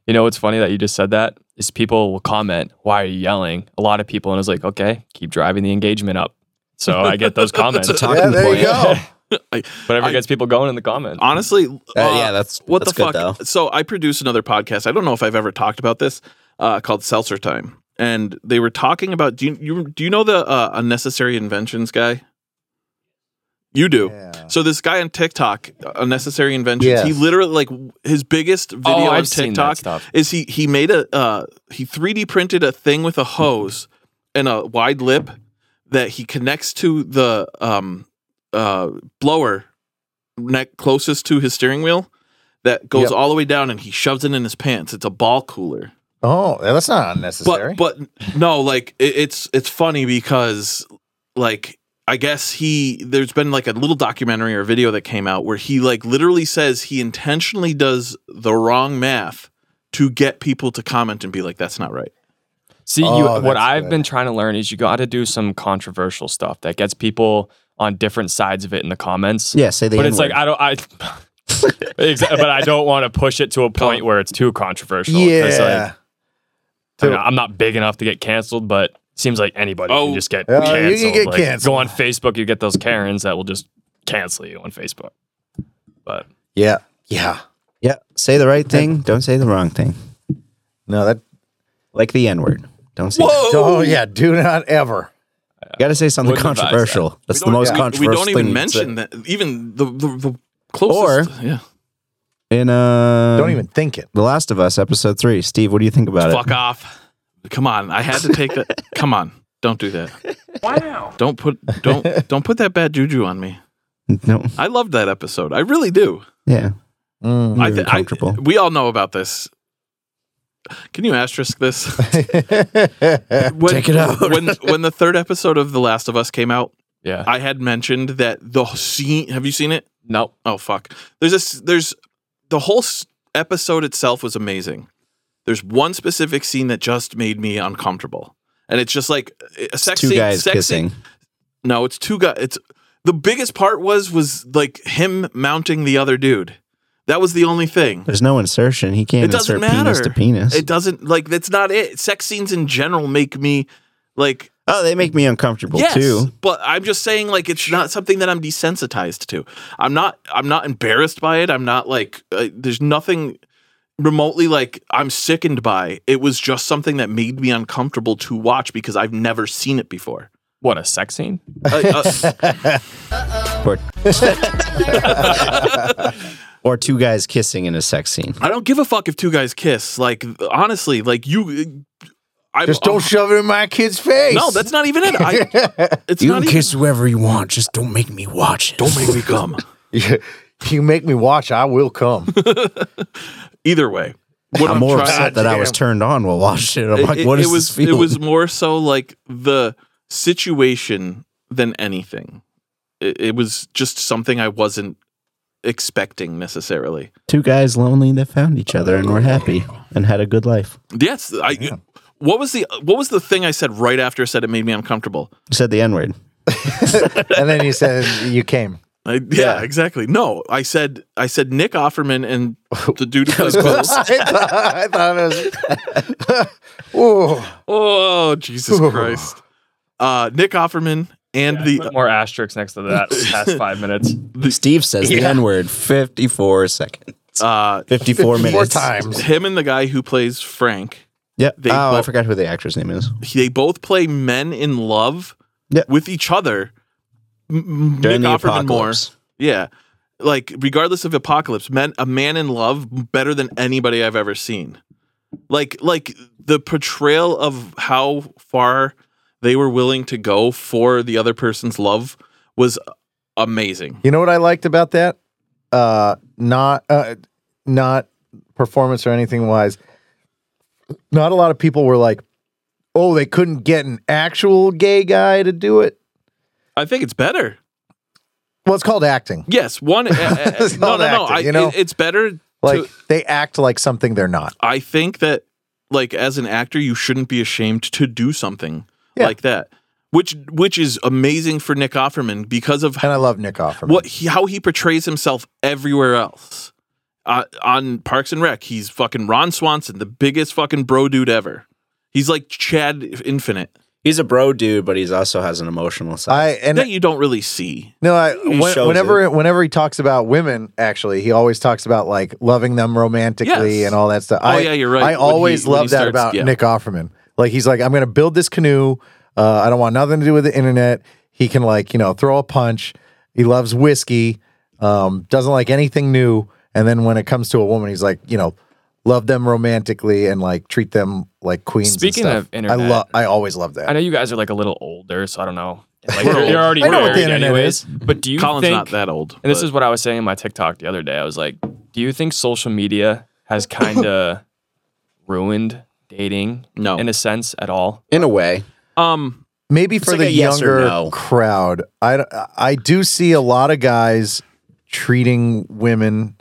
You know what's funny that you just said that is people will comment, "Why are you yelling?" A lot of people, and I was like, "Okay, keep driving the engagement up." So I get those comments. Talking Yeah, there you point. go. I, Whatever I- gets people going in the comments. honestly, Uh, uh, yeah, that's what that's the good, fuck? So I produce another podcast. I don't know if I've ever talked about this uh, called Seltzer Time, and they were talking about. Do you, you do you know the uh, unnecessary inventions guy? You do. Yeah. So this guy on TikTok, unnecessary inventions. Yes. He literally like w- his biggest video oh, on I've seen TikTok that stuff. is he he made a uh, he 3D printed a thing with a hose and a wide lip that he connects to the um uh blower neck closest to his steering wheel that goes Yep. all the way down and he shoves it in his pants. It's a ball cooler. Oh, yeah, that's not unnecessary. But but no, like it, it's it's funny because like I guess he there's been like a little documentary or video that came out where he like literally says he intentionally does the wrong math to get people to comment and be like that's not right. See, Oh, you, what that's I've good. been trying to learn is you got to do some controversial stuff that gets people on different sides of it in the comments. Yeah, say the but it's like N-word. I don't I. Exa- but I don't want to push it to a point where it's too controversial. 'cause, like, Yeah. I mean, I'm not big enough to get canceled, but it seems like anybody Oh. can just get Yeah, you can canceled. get Like, canceled. Go on Facebook, you get those Karens that will just cancel you on Facebook. But Yeah. Yeah. yeah, say the right thing, don't say the wrong thing. No, that. Like the N word. Don't say. that. Oh, yeah. Do not ever. You got to say something Wouldn't advise controversial. That's the most we, controversial. We don't thing even you can say. mention that even the the, the closest Or- yeah. in uh Um, Don't even think it. The Last of Us episode 3. Steve, what do you think about Fuck it? off. Come on. I had to take that. Come on. Don't do that. Wow. Don't put don't don't put that bad juju on me. No. I loved that episode. I really do. Yeah. Mm. I, Very I comfortable. we all know about this. Can you asterisk this? When, Take it out. when when the third episode of The Last of Us came out, yeah, I had mentioned that the scene. Have you seen it? no, Oh fuck. There's this. There's the whole s- episode itself was amazing. There's one specific scene that just made me uncomfortable, and it's just like eh, a sex Two scene- guys sex scene- kissing. No, it's two guys. It's the biggest part was was like him mounting the other dude. That was the only thing. There's no insertion. He It can't doesn't insert matter. penis to penis. It doesn't like that's not it. Sex scenes in general make me like oh, they make me uncomfortable yes, too. but I'm just saying like it's not something that I'm desensitized to. I'm not I'm not embarrassed by it. I'm not like uh, there's nothing remotely like I'm sickened by. It was just something that made me uncomfortable to watch because I've never seen it before. what a sex scene. Uh, uh, Or, or two guys kissing in a sex scene. I don't give a fuck if two guys kiss. Like honestly, like you I Just don't shove it in my kid's face. No, that's not even it. I, it's not even whoever you want. Just don't make me watch it. Don't make me come. you make me watch. I will come. Either way, what I'm more trying- upset that I was Goddamn. turned on while watching it. I'm like, it, what it is was this feeling? it was more so like the situation than anything. It, it was just something I wasn't expecting necessarily. two guys lonely that found each other and were happy and had a good life. Yes, I. What was the what was the thing I said right after I said it made me uncomfortable? You said the N word. and then you said you came. I, yeah, exactly. No, I said I said Nick Offerman and the dude who plays I, Cole. thought, I thought it was. Ooh. Oh Jesus Christ! Uh, Nick Offerman and the Put more asterisks next to that past five minutes. Steve says the N word 54 seconds. uh, 54 minutes. Four times. him and the guy who plays Frank. Yep. They oh, I both- forgot who the actor's name is. they both play men in love Yeah. with each other. M- During Nick the Offerman more, apocalypse. yeah. Like regardless of apocalypse, men a man in love better than anybody I've ever seen. Like like the portrayal of how far they were willing to go for the other person's love was amazing. You know what I liked about that? Uh, not uh, not performance or anything wise. Not a lot of people were like, "Oh, they couldn't get an actual gay guy to do it." I think it's better. Well, it's called acting. Yes, one. eh, eh, eh, It's no, no, not no. acting, I, you know? it- it's better. Like to, they act like something they're not. I think that, like, as an actor, you shouldn't be ashamed to do something Yeah. like that, which which is amazing for Nick Offerman because of And I love Nick Offerman. what he, how he portrays himself everywhere else. Uh, on Parks and Rec, he's fucking Ron Swanson, the biggest fucking bro dude ever. He's like Chad Infinite He's a bro dude, but he also has an emotional side. I and that you don't really see. No, I, when- shows whenever whenever he talks about women, actually, he always talks about like loving them romantically Yes. and all that stuff. Oh, I, yeah, you're right. I When always he- when he love that starts- about yeah. Nick Offerman. Like he's like, I'm gonna build this canoe. Uh, I don't want nothing to do with the internet. He can like you know throw a punch. He loves whiskey. Um, doesn't like anything new. And then when it comes to a woman, he's like, you know, love them romantically and like treat them like queens. and Speaking stuff. of internet- I love. I always love that. I know you guys are like a little older, so I don't know. Like, We're you're, you're old. already I know what the married internet anyways. is. But do you Colin's think not that old. And this but- is what I was saying in my TikTok the other day. I was like, do you think social media has kind of ruined dating No. in a sense at all? in a way. um maybe for like the a yes or younger no. crowd i i do see a lot of guys treating women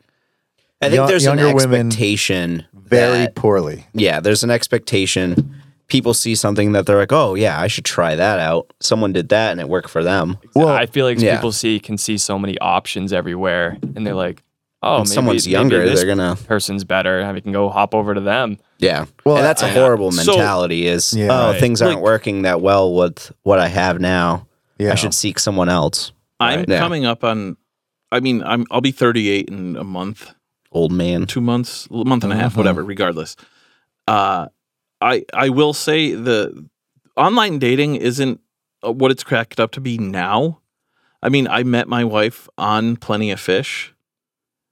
I think Young- there's an younger women- expectation very that- poorly yeah, there's an expectation. People see something that they're like, oh yeah, I should try that out. Someone did that and it worked for them. well I feel like yeah. people see can see so many options everywhere, and they're like, "Oh, maybe, someone's maybe younger, this they're gonna- person's better. I can go hop over to them." Yeah. Well, Well, and that's a I- horrible so- mentality. is Yeah. oh, Right. things aren't working that well with what I have now. Yeah. I should seek someone else. I'm Yeah. coming up on. I mean, I'm I'll be 38 in a month, Old man. two months, a month and a half, Mhm. whatever. Regardless, uh, I I will say the online dating isn't uh, what it's cracked up to be now. I mean, I met my wife on Plenty of Fish,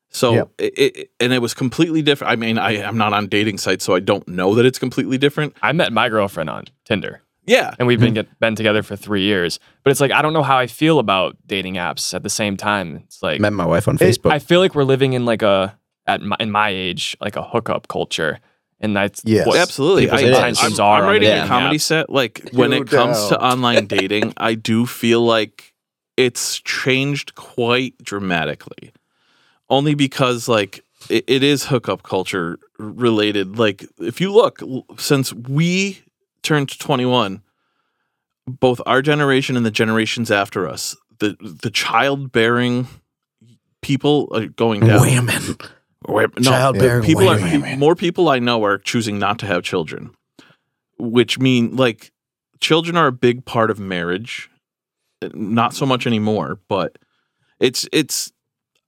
so Yep. it, it and it was completely different. I mean, I I'm not on dating sites, so I don't know that it's completely different. I met my girlfriend on Tinder, Yeah, and we've been Hmm. get, been together for three years. But it's like I don't know how I feel about dating apps. At the same time, it's like Met my wife on It- Facebook. I feel like we're living in like a at my, in my age like a hookup culture, and that's Yes. what Absolutely, people's I, is. intentions am are. on writing a dating comedy apps. set. Like when No it comes to doubt. online dating, I do feel like it's changed quite dramatically, only because like it, it is hookup culture related. Like if you look, l- since we turned 21, both our generation and the generations after us, the the childbearing people are going down. Women. Where- no, Childbearing the people are women. pe- more people I know are choosing not to have children, which mean like children are a big part of marriage. Not so much anymore, but it's it's.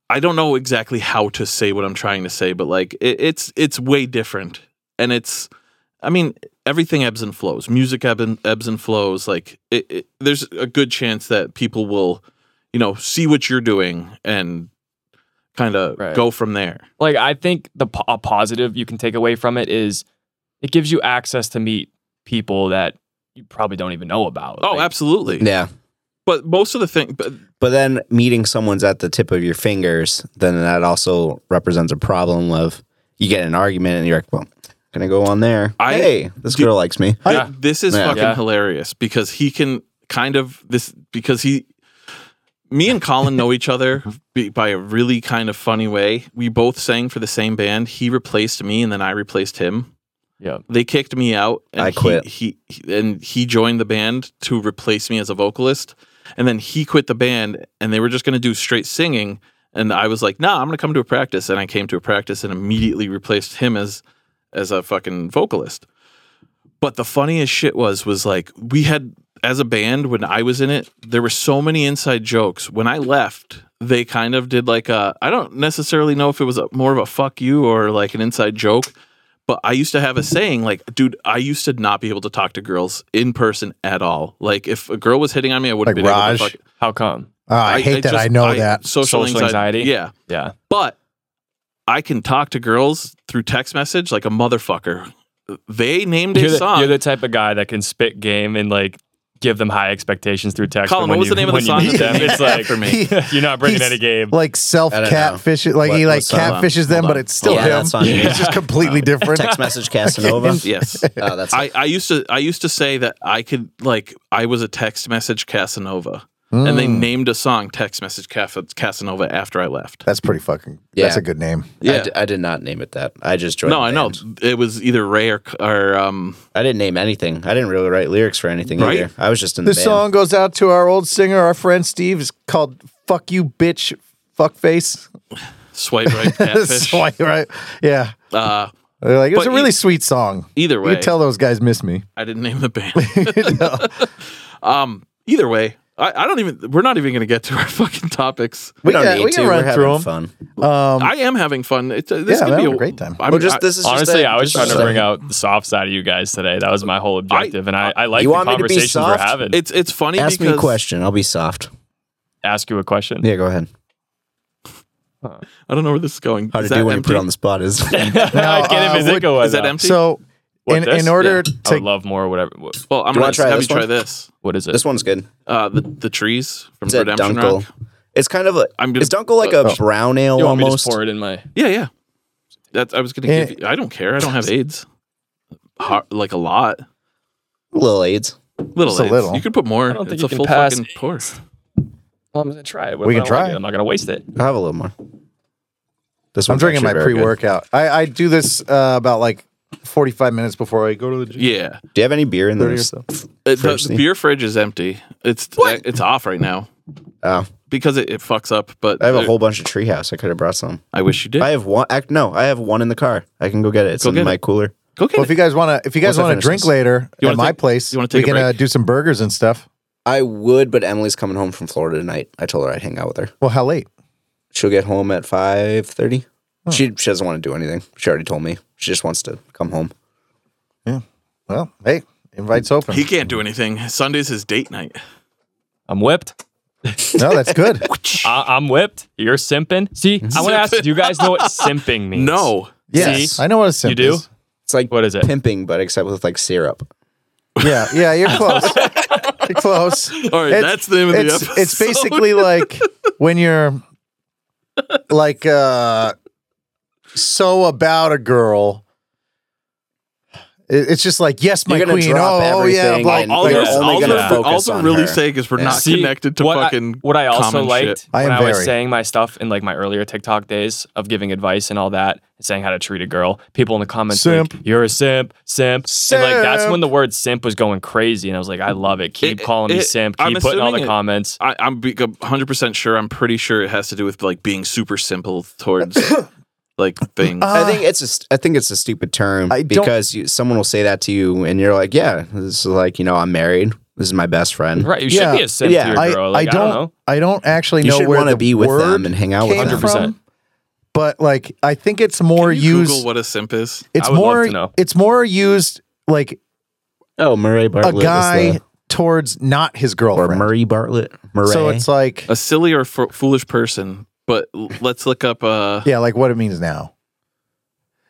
I don't know exactly how to say what I'm trying to say, but like it, it's it's way different, and it's. I mean, everything ebbs and flows. Music ebb and, ebbs and flows. Like it, it, there's a good chance that people will, you know, see what you're doing and kind of Right. go from there. like I think the po- a positive you can take away from it is it gives you access to meet people that you probably don't even know about. Oh, Like, absolutely. Yeah. But most of the thing, but But then meeting someone's at the tip of your fingers, then that also represents a problem of you get in an argument and you're like, well, gonna go on there. I- hey, this do- girl likes me. I- Yeah. this is Yeah. fucking Yeah. hilarious because he can kind of this because he, me and Colin know each other be- by a really kind of funny way. We both sang for the same band. He replaced me, and then I replaced him. Yeah. They kicked me out. And I quit. He, he- he and he joined the band to replace me as a vocalist, and then he quit the band, and they were just going to do straight singing. And I was like, "Nah, I'm going to come to a practice." And I came to a practice and immediately replaced him as as a fucking vocalist. But the funniest shit was was like we had as a band when I was in it, there were so many inside jokes. When I left, they kind of did like a I don't necessarily know if it was a, more of a fuck you or like an inside joke, but I used to have a saying like, dude, I used to not be able to talk to girls in person at all. Like if a girl was hitting on me, I like wouldn't be raj able to fuck. How come? Ah, I, hate that just- i know that social, Social anxiety. anxiety? Yeah Yeah. but I can talk to girls through text message like a motherfucker. They named You're a the, song. you're the type of guy that can spit game and like give them high expectations through text. Colin, what but when was you- the name of the when you song meet that them, they It's made like for me? you're not bringing He's any game. like self I don't know. catfishes like he What- like what's that on? catfishes them Hold but on. it's still Yeah, him that's on you. it's just completely different Text message Casanova. yes. Oh, that's I, I used to I used to say that I could like I was a text message Casanova. And they Hmm. Mm. named a song text message Cas- Casanova after I left. that's pretty fucking that's Yeah. a good name I Yeah. d- I did not name it that. I just joined. no, the I know. band. It was either Ray or, or um I didn't name anything. I didn't really write lyrics for anything Right? either. I was just in the this band. song goes out to our old singer our friend steve is called fuck you bitch fuckface Swipe Right that's Catfish. why right yeah uh, They're like, it was But a really e- sweet song. either way. You could tell those guys miss me. I didn't name the band. um, either way, I, I don't even. We're not even going to get to our fucking topics. We, don't can- need we to. can run We're through having 'em. fun. Um, I am having fun. It's, uh, this Yeah, could that be was a a great time. I'm well, just this is Honestly, I was trying to bring out. out the soft side of you guys today. That was my whole objective, and uh, I, I like You the want me to be conversations we're soft? having. It's it's funny Ask because me a question. I'll be soft. Ask you a question. Yeah, go ahead. I don't know where this is going. Hard Is to that do when you put it empty? on the spot is. I can't uh, even think of what- one. Is that now. empty? so, What, in, this? in order I would to love more. Whatever. What, well, I'm Do going you wanna to try have you this try one? this. what is it? this one's good. Uh, the the trees from It's a Redemption dunkel. Rock. It's kind of a. I'm gonna- is dunkel like a Oh. brown ale you want me to almost? just pour it in my? Yeah, yeah. That's I was going to Eh. give. You, I don't care. I don't have AIDS. Har like a lot. Little AIDS. Little Just a aids. little. You could put more. I don't think it's you a can full pass fucking pour. Well, I'm gonna try it. What We if can I don't like try. it? I'm not gonna waste it. I'll have a little more. This I'm one's drinking my actually very good. pre-workout. I, I do this uh, about like 45 minutes before I go to the gym. Yeah. Do you have any beer in there? Thirty or- still? Uh, the- Fridge the, thing. beer fridge is empty. It's uh, it's off right now Oh, because it, it fucks up. But I have a there- whole bunch of Treehouse. I could have brought some. I wish you did. I have one. Act, no, I have one in the car. I can go get it. It's Go in get my it. cooler. Go get Well, if it. you guys want to, if you guys Once I want to drink finish this. later You wanna at my take- place, you wanna we take a can uh, break? do some burgers and stuff. I would, but Emily's coming home from Florida tonight. I told her I'd hang out with her. Well, how late? She'll get home at five thirty. She she doesn't want to do anything. She already told me. She just wants to come home. Well, hey, invites open. He can't do anything. Sunday's his date night. I'm whipped. no, that's good. Uh, I- I'm whipped. You're simping. See, I want to ask. Do you guys know what simping means? No. Yes, See? I know what a simp You do? is. It's like What is it? Pimping, but except with like syrup. Yeah, yeah, you're close. you're close. All right. It's- that's the name of it's, the episode. It's basically like when you're like uh so about a girl. It- It's just like yes, my You're gonna queen. drop Oh, oh yeah, everything blah, and all blah, you're they're, blah. only all gonna they're- focus all they're on really her. saying is we're Yeah. not See, connected to what I- fucking. what I also common liked shit. I when am I was very. saying my stuff in like my earlier TikTok days of giving advice and all that, saying how to treat a girl. People in the comments, were like, Simp. you're a simp, simp, And like that's Simp. when the word simp was going crazy, and I was like, I love it. Keep It- calling me it- simp. I'm Keep putting all the assuming it- comments. I, I'm be- 100% sure. I'm pretty sure it has to do with like being super simple towards like things. Uh, I think it's a st- I think it's a stupid term I don't- because you, someone will say that to you and you're like, yeah, this is like you know I'm married. This is my best friend. Right, you yeah, should be a simp to yeah, your I, girl. I Like, I, don't, don't know. I don't actually You know should where want the to be with word them and hang out with came them. 100%. from, but like I think it's more Can you used. Google what a simp is. it's I would love more. to know. It's more used like Oh, Murray a Bartlett. is guy the- towards not his or girlfriend. Murray Bartlett. Murray. So it's like A silly or f- foolish person. But l- let's look up. Uh, yeah, like what it means now.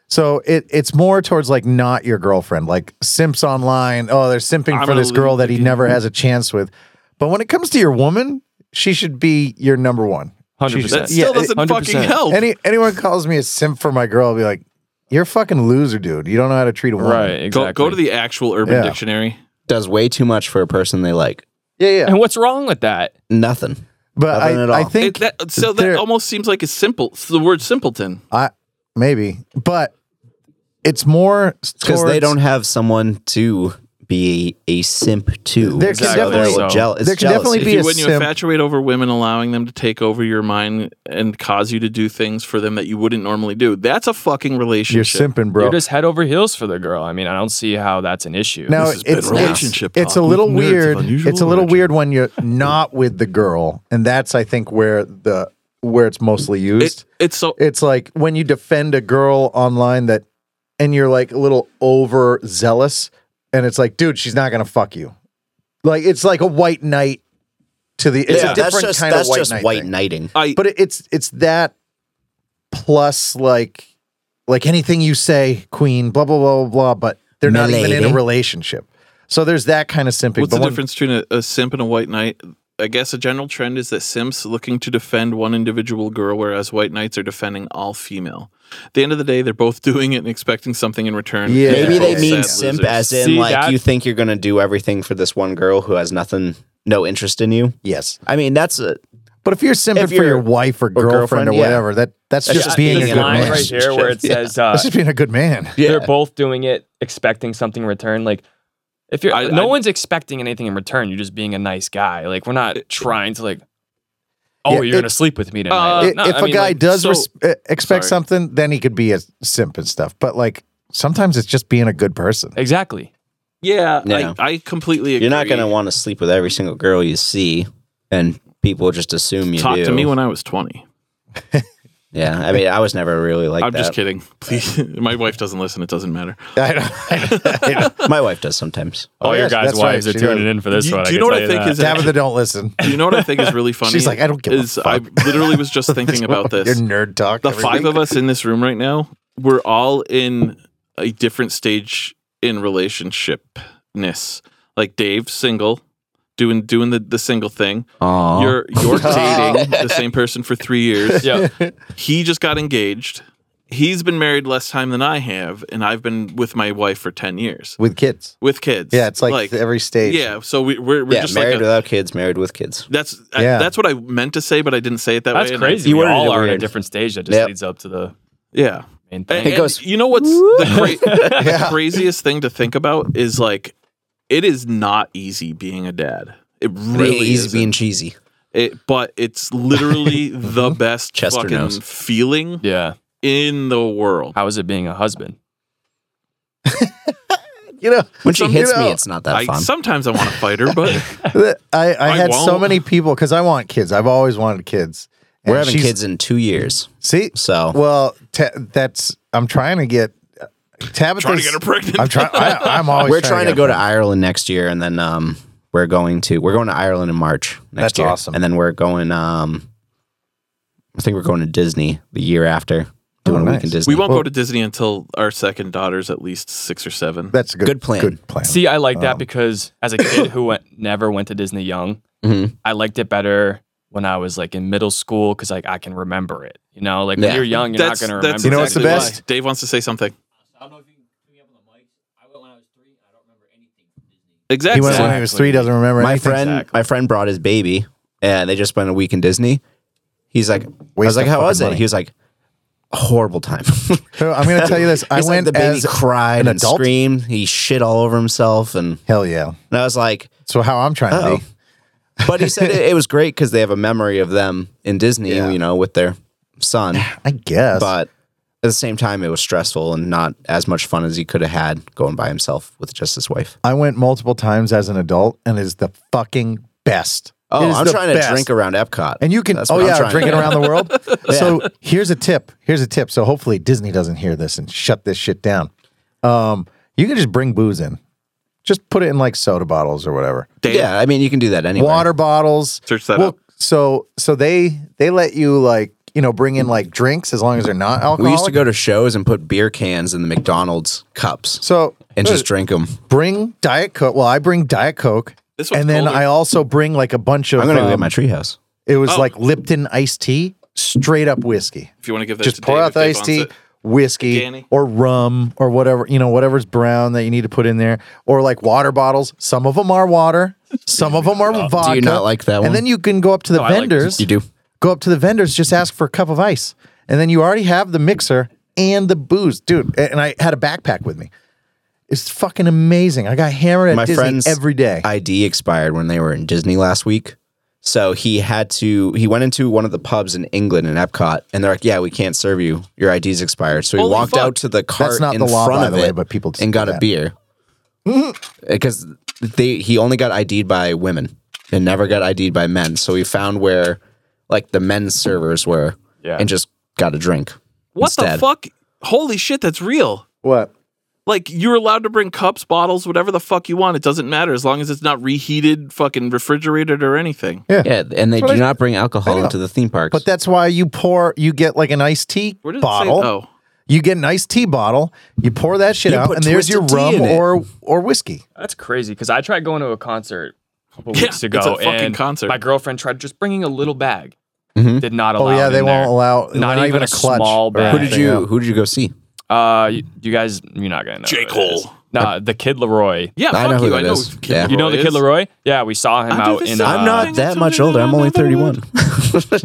So it it's more towards like not your girlfriend, like simps online. Oh, they're simping I'm for gonna this girl leave that he you. never has a chance with. But when it comes to your woman, she should be your number one. Hundred that percent. yeah, still it- doesn't fucking 100%. help. Any anyone calls me a simp for my girl, I'll be like, "You're a fucking loser, dude. You don't know how to treat a woman." Right. Go, Exactly. go to the E actual Urban Yeah. Dictionary. does way too much for a person they like. Yeah, yeah. And what's wrong with that? Nothing. But Nothing at I, I all. It, think that, so that there- almost seems like it's simple. It's the word simpleton. I maybe, but it's more Because because they don't have someone to be a simp to. There can So definitely- they're So- jeal- it's there can definitely jealousy. If be you, a when you simp. infatuate over women, allowing them to take over your mind and cause you to do things for them that you wouldn't normally do, that's a fucking You're relationship. simping, bro. You're just head over heels for the girl. I mean, I don't see how that's an issue. Now This has it's, been it's relationship it's a talk with little nerds of weird. unusual It's a little origin. weird when you're not with the girl, and that's I think where the where it's mostly used. It, it's so it's like when you defend a girl online that, and you're like a little over zealous, and it's like, dude, she's not gonna fuck you. Like it's like a white knight to the. It's Yeah, a different that's just, kind that's of white just knight. white thing. knighting. I But it, it's it's that plus like like anything you say, queen, blah blah blah blah blah. But they're not even in Milady. a relationship. So there's that kind of simping. what's but the when- difference between a, a simp and a white knight? I guess a general trend is that simps looking to defend one individual girl, whereas white knights are defending all female. At the end of the day, they're both doing it and expecting something in return. Yeah. They're Maybe they both mean sad simp losers. as in See, like that- you think you're gonna do everything for this one girl who has nothing, no interest in you. Yes, I mean that's a, but if you're simping If for your you're- wife or girlfriend or, girlfriend, yeah. whatever, that that's, That's just just being a this good line man. right here where it Yeah. says uh, That's just being a good man. yeah. they're both doing it expecting something in return like if you're I- no I- one's expecting anything in return you're just being a nice guy like we're not trying to like oh Yeah, you're it- gonna sleep with me tonight Uh, I- Like, no, if I a mean, guy like, does so- res- uh, expect Sorry. something, then he could be a simp and stuff. But like sometimes it's just being a good person. exactly Yeah, Yeah. I, I completely agree. You're not gonna want to sleep with every single girl you see, and people just assume you talk do. to me when I was 20. yeah, I mean I was never really like I'm that. just kidding. Please, my wife doesn't listen. It doesn't matter. I don't, I don't- My wife does sometimes. all Oh, your yes, guys that's wives right, are she tuning does. in for this You- one do you know can what I think tell that. is Tabitha don't listen. You know what I think is really funny? She's like, I don't give a is I literally was just thinking about Your this. nerd talk. The every five week. of us in this room right now, we're all in a different stage in relationshipness. Like Dave, single, doing doing the, the single thing. Aw. You're you're dating the same person for three years. yeah He just got engaged. he's been married less time than I have, and I've been with my wife for ten years with kids. with kids. Yeah, it's like, every stage. yeah. So we, we're we're yeah, just married like a- without kids, married with kids. that's I, Yeah. that's what I meant to say, but I didn't say it that That's way. and I- crazy. You we worded all it are at a weird. different stage that just Yep. leads up to the yeah. main And, thing. and goes- you know what's the, cra- the Yeah. craziest thing to think about is like it is not easy being a dad. It really Really easy is being cheesy. it, but it's literally Mm-hmm. the best Chester fucking knows. feeling Yeah. in the world. How is it being a husband? You know, When she some- hits you know, me, it's not that I, fun. sometimes I want to fight her, but th- I, I, I had so won't. many people because I want kids. I've always wanted kids. And We're having she's- kids in two years, See, so well, ta that's I'm trying to get Tabitha. trying to get her pregnant. I'm trying. I- I'm always. we're trying to get go her to Ireland next year, and then um, we're going to we're going to Ireland in March next That's year. awesome. And then we're going. Um, I think we're going to Disney the year after doing a Oh, nice. week in Disney. we won't go to Disney until our second daughter's at least six or seven. That's a good, Good plan. Good plan. See, I like that because as a kid who went, never went to Disney young, Mhm. I liked it better when I was like in middle school because like I can remember it. You know, like when Yeah. you're young, you're that's not gonna that's remember. You know what's the exactly why. exactly best? Dave wants to say something. I don't know if you can pick me up on the mic. I went when I was three. I don't remember anything from Disney. he Exactly. went when he was three. Doesn't remember my anything. friend, my friend brought his baby, and they just spent a week in Disney. He's like, I Waste was like, of how was fucking it? money. He was like, a horrible time. So I'm going to tell you this. I He's like, went the baby as cried an and adult? screamed. He shit all over himself, and, hell yeah. and I was like, So how I'm trying to Oh. be. but he said it, it was great because they have a memory of them in Disney, Yeah. you know, with their son. I guess. But at the same time, it was stressful and not as much fun as he could have had going by himself with just his wife. I went multiple times as an adult and is the fucking best. It Oh, is I'm the trying best. to drink around Epcot, And you can, That's oh what I'm yeah, trying to drinking do. around the world. So here's a tip. Here's a tip. So hopefully Disney doesn't hear this and shut this shit down. Um, you can just bring booze in. Just put it in like soda bottles or whatever. Dave, Yeah, I mean, you can do that anyway. Water bottles. Search that up. So so they they let you like, you know, bring in like drinks as long as they're not alcoholic. We used to go to shows and put beer cans in the McDonald's cups so and just drink them. bring Diet Coke. Well, I bring Diet Coke. This one's and then colder. I also bring like a bunch of I'm gonna go get um, my treehouse. It was Oh. like Lipton iced tea, straight up whiskey. if you want to give that Just to pour Dave out if the Dave iced wants tea, it. whiskey, Danny? or rum, or whatever, you know, whatever's brown that you need to put in there, or like water bottles. Some of them are water, some of them are vodka. not like that one? And then you can go up to the I like vendors. You do. Go up to the vendors, just ask for a cup of ice. And then you already have the mixer and the booze, dude. And I had a backpack with me. It's fucking amazing. I got hammered at My Disney friend's every day. ID expired when they were in Disney last week. So he had to, he went into one of the pubs in England in Epcot and they're like, yeah, we can't serve you. Your ID's expired. So he Holy walked fuck. out to the cart not in the law, front by of the way, it but people just and do got a that. beer. Because they, he only got ID'd by women and never got ID'd by men. So he found where like the men's servers were Yeah. and just got a drink. What the instead. fuck? Holy shit, that's real. What? Like you're allowed to bring cups, bottles, whatever the fuck you want. It doesn't matter as long as it's not reheated, fucking refrigerated or anything. Yeah. And they what do I- not bring I alcohol know. into the theme parks. But that's why you pour, you get like an iced tea Where did bottle. It say, oh, You get an iced tea bottle, you pour that shit You out, put and there's your Twisted Tea rum in it. or or whiskey. That's crazy because I tried going to a concert a couple Yeah, weeks ago. it's a fucking and concert. My girlfriend tried just bringing a little bag. Mhm. Did not allow. Oh yeah, it they in won't there. allow not, even a clutch. small or bag. who did anything you, else. who did you go see? Uh, you, you guys, you're not gonna know. J. who it is. Cole. Nah, the Kid Leroy. yeah, I fuck know who you. that I know. is. who Kid Yeah. You know the Kid is. Leroy? Yeah, we saw him I do out the in. same I'm Uh, not that much older. I'm only 31. Yeah, Dude, I I, guess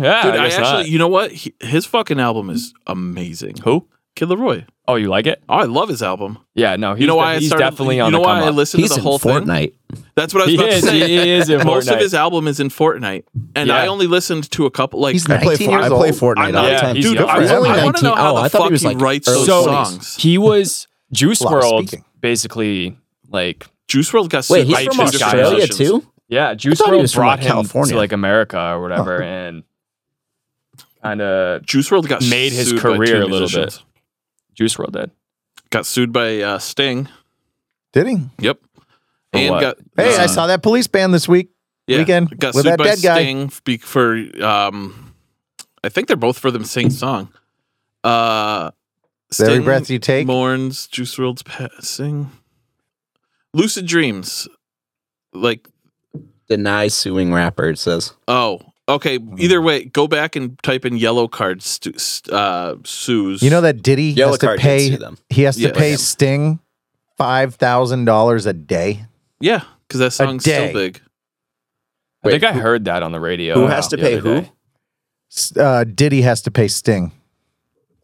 actually, not. you know what? He, his fucking album is amazing. Who? Kid Leroy. Oh, you like it? Oh, I love his album. Yeah, no. He's You know why de- I he's started? definitely you on know the why come I up. listened to He's the in whole thing. Fortnite. That's what I was He about is. to say. He is in Most of Fortnite. his album is in Fortnite, and Yeah. I only listened to a couple. Like He's I play, 19 Fort- years I play old? Fortnite I'm all the not- time. dude, Good for I, him. I, He's only want to know 19. how Oh, the I thought fuck he was, like, writes early those so 20s. songs. he was Juice Lot of World, speaking. basically like Juice World got Wait, sued he's by from two different Australia Australia musicians. too? yeah, Juice thought he World was from, brought like, him California. to like America or whatever, and kind of Juice World got Made his sued by two career a little musicians. Juice World did. Got sued by uh, Sting. Did he? Yep. For and what? got Hey, uh, I saw that police band this week. yeah, weekend got with sued that by dead guy. Sting be- for um, I think they're both for the same song. Uh, Every Sting breath you take. mourns Juice World's passing. Lucid dreams, like Deny suing rapper, it says. oh Okay, Hmm. either way, go back and type in yellow card stu- st- uh, sues. You know that Diddy Yellow has to card didn't pay. sue them. He has to Yeah. pay Yeah. Sting five thousand dollars a day. Yeah, because that song's day. still big. I think Wait, I heard that on the radio. who has to the other pay who? day. S- Uh, Diddy has to pay Sting,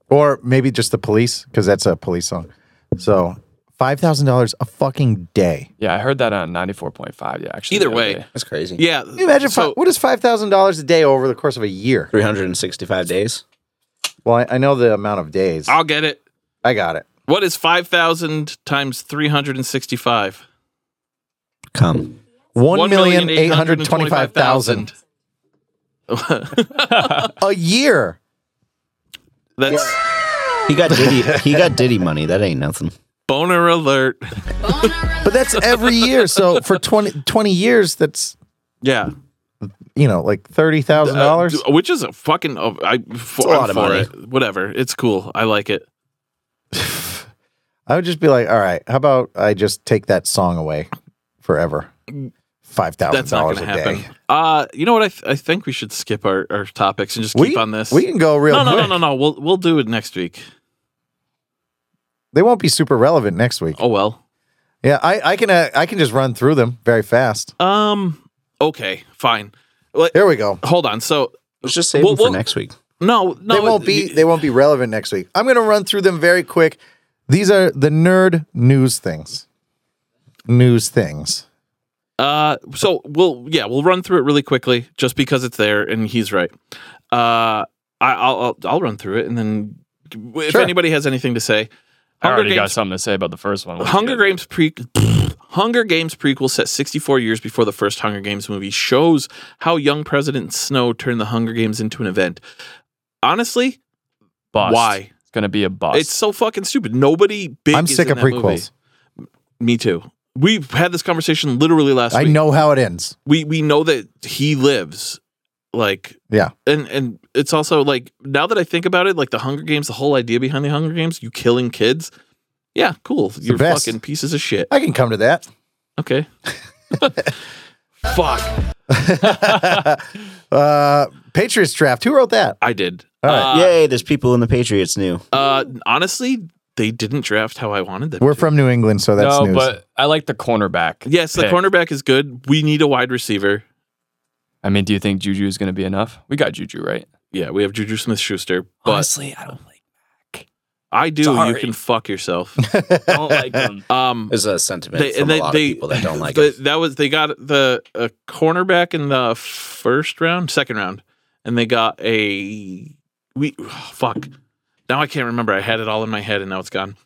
or maybe just the police because that's a police song. So five thousand dollars a fucking day. Yeah, I heard that on 94.5. Yeah, actually. Either the other way, day. That's crazy. yeah. Can you imagine so, fi- what is five thousand dollars a day over the course of a year? 365 days. Well, I, I know the amount of days. I'll get it. I got it. What is five thousand times three hundred and sixty-five? Come. One million eight hundred twenty-five thousand a year. That's He got Diddy. he got Diddy money. That ain't nothing. boner alert. But that's every year. So for 20, 20 years, that's Yeah, you know like thirty thousand Uh, dollars. d- which is a fucking. Uh, I for, a lot I'm of for money. it. Whatever. It's cool. I like it. I would just be like, all right, how about I just take that song away forever? Five thousand That's not dollars going a to happen. day. Uh, you know what? I, th- I think we should skip our, our topics and just keep we, on this. We can go real no, no, quick. no, no, no. We'll we'll do it next week. They won't be super relevant next week. Oh well. Yeah, I, I can uh, I can just run through them very fast. Um. Okay. Fine. Let, Here we go. hold on. So Let's just save Well, him for well- next week. no, no. they won't be they won't be relevant next week. I'm gonna run through them very quick. These are the nerd news things. News things. Uh, so we'll yeah we'll run through it really quickly just because it's there and he's right. Uh, I, I'll, I'll I'll run through it and then if Sure. anybody has anything to say, I Hunger already got Games, something to say about the first one. Let's Hunger get- Games pre Hunger Games prequel set 64 years before the first Hunger Games movie shows how young President Snow turned the Hunger Games into an event. Honestly, Bust. why? It's going to be a bust. It's so fucking stupid. Nobody big. I'm is sick in of that movie. prequels. Me too. We've had this conversation literally last I week. know how it ends. we we know that he lives like Yeah. and and it's also like now that i think about it like the hunger games the whole idea behind the hunger games you killing kids yeah cool you're best. fucking pieces of shit I can come to that. okay fuck Uh Patriots draft. Who wrote that? i did All right. uh, Yay! There's people in the Patriots new. uh, honestly they didn't draft how i wanted them We're to. from New England, so that's no, news. but I like the cornerback. yes the pick. cornerback is good we need a wide receiver I mean, do you think Juju is going to be enough? We got Juju, right? yeah we have juju smith schuster but Honestly, I don't like i do you sorry. can fuck yourself I don't like them. um There's a sentiment They- from and a they- lot they- of people that don't like the, it. that was they got the a cornerback in the first round, second round, and they got a we oh, fuck. Now I can't remember. I had it all in my head and now it's gone.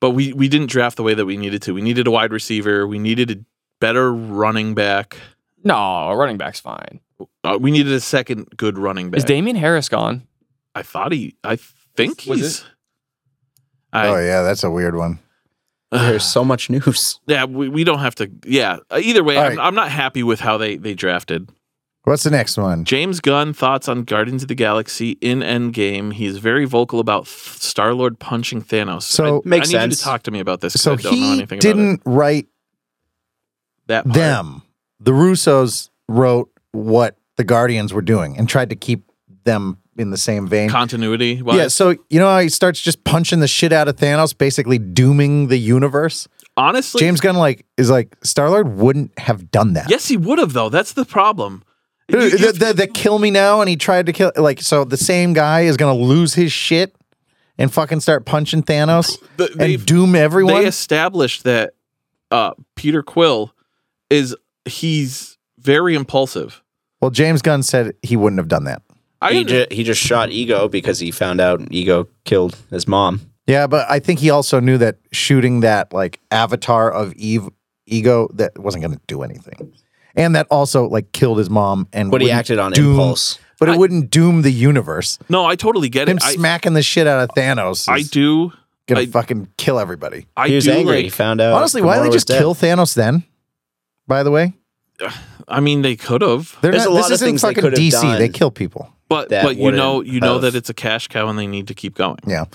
But we we didn't draft the way that we needed to. We needed a wide receiver. We needed a better running back. No, a running back's fine. Uh, we needed a second good running back. Is Damien Harris gone? I thought he. I think Was he's. it- I, oh yeah, that's a weird one. There's so much news. yeah, we, we don't have to. Yeah, either way, All I'm, right. I'm not happy with how they they drafted. What's the next one? James Gunn thoughts on Guardians of the Galaxy in Endgame. He is very vocal about Star Lord punching Thanos. So- I, Makes I need you sense. to talk to me about this. 'cause So I don't know he anything about it. didn't write that part. them. The Russos wrote what the Guardians were doing and tried to keep them in the same vein. continuity. Wise. yeah, so you know how he starts just punching the shit out of Thanos, basically dooming the universe. honestly, James Gunn like is like Star Lord wouldn't have done that. Yes, he would have though. That's the problem. You- Dude, you- the, the, the kill me now, and he tried to kill like so. The same guy is gonna lose his shit and fucking start punching Thanos The- they've- and doom everyone. they established that uh, Peter Quill is he's very impulsive. well, James Gunn said he wouldn't have done that. I He, under- ju- he just shot Ego because he found out Ego killed his mom. Yeah, but I think he also knew that shooting that like avatar of Eve ego that wasn't going to do anything, and that also like killed his mom. And But he wouldn't acted on doom- impulse. But it wouldn't doom the universe. no, I totally get Him it. I, smacking the shit out of Thanos. I is do. Gonna I- fucking kill everybody. I he was do angry. he like. found out. Honestly, why Uh, Gamora did they was just dead. kill Thanos then? By the way, I mean, they could have. They're There's not, a lot this of isn't things they fucking could have DC. They done. kill people. But that but you know wouldn't you know have. that it's a cash cow and they need to keep going. Yeah.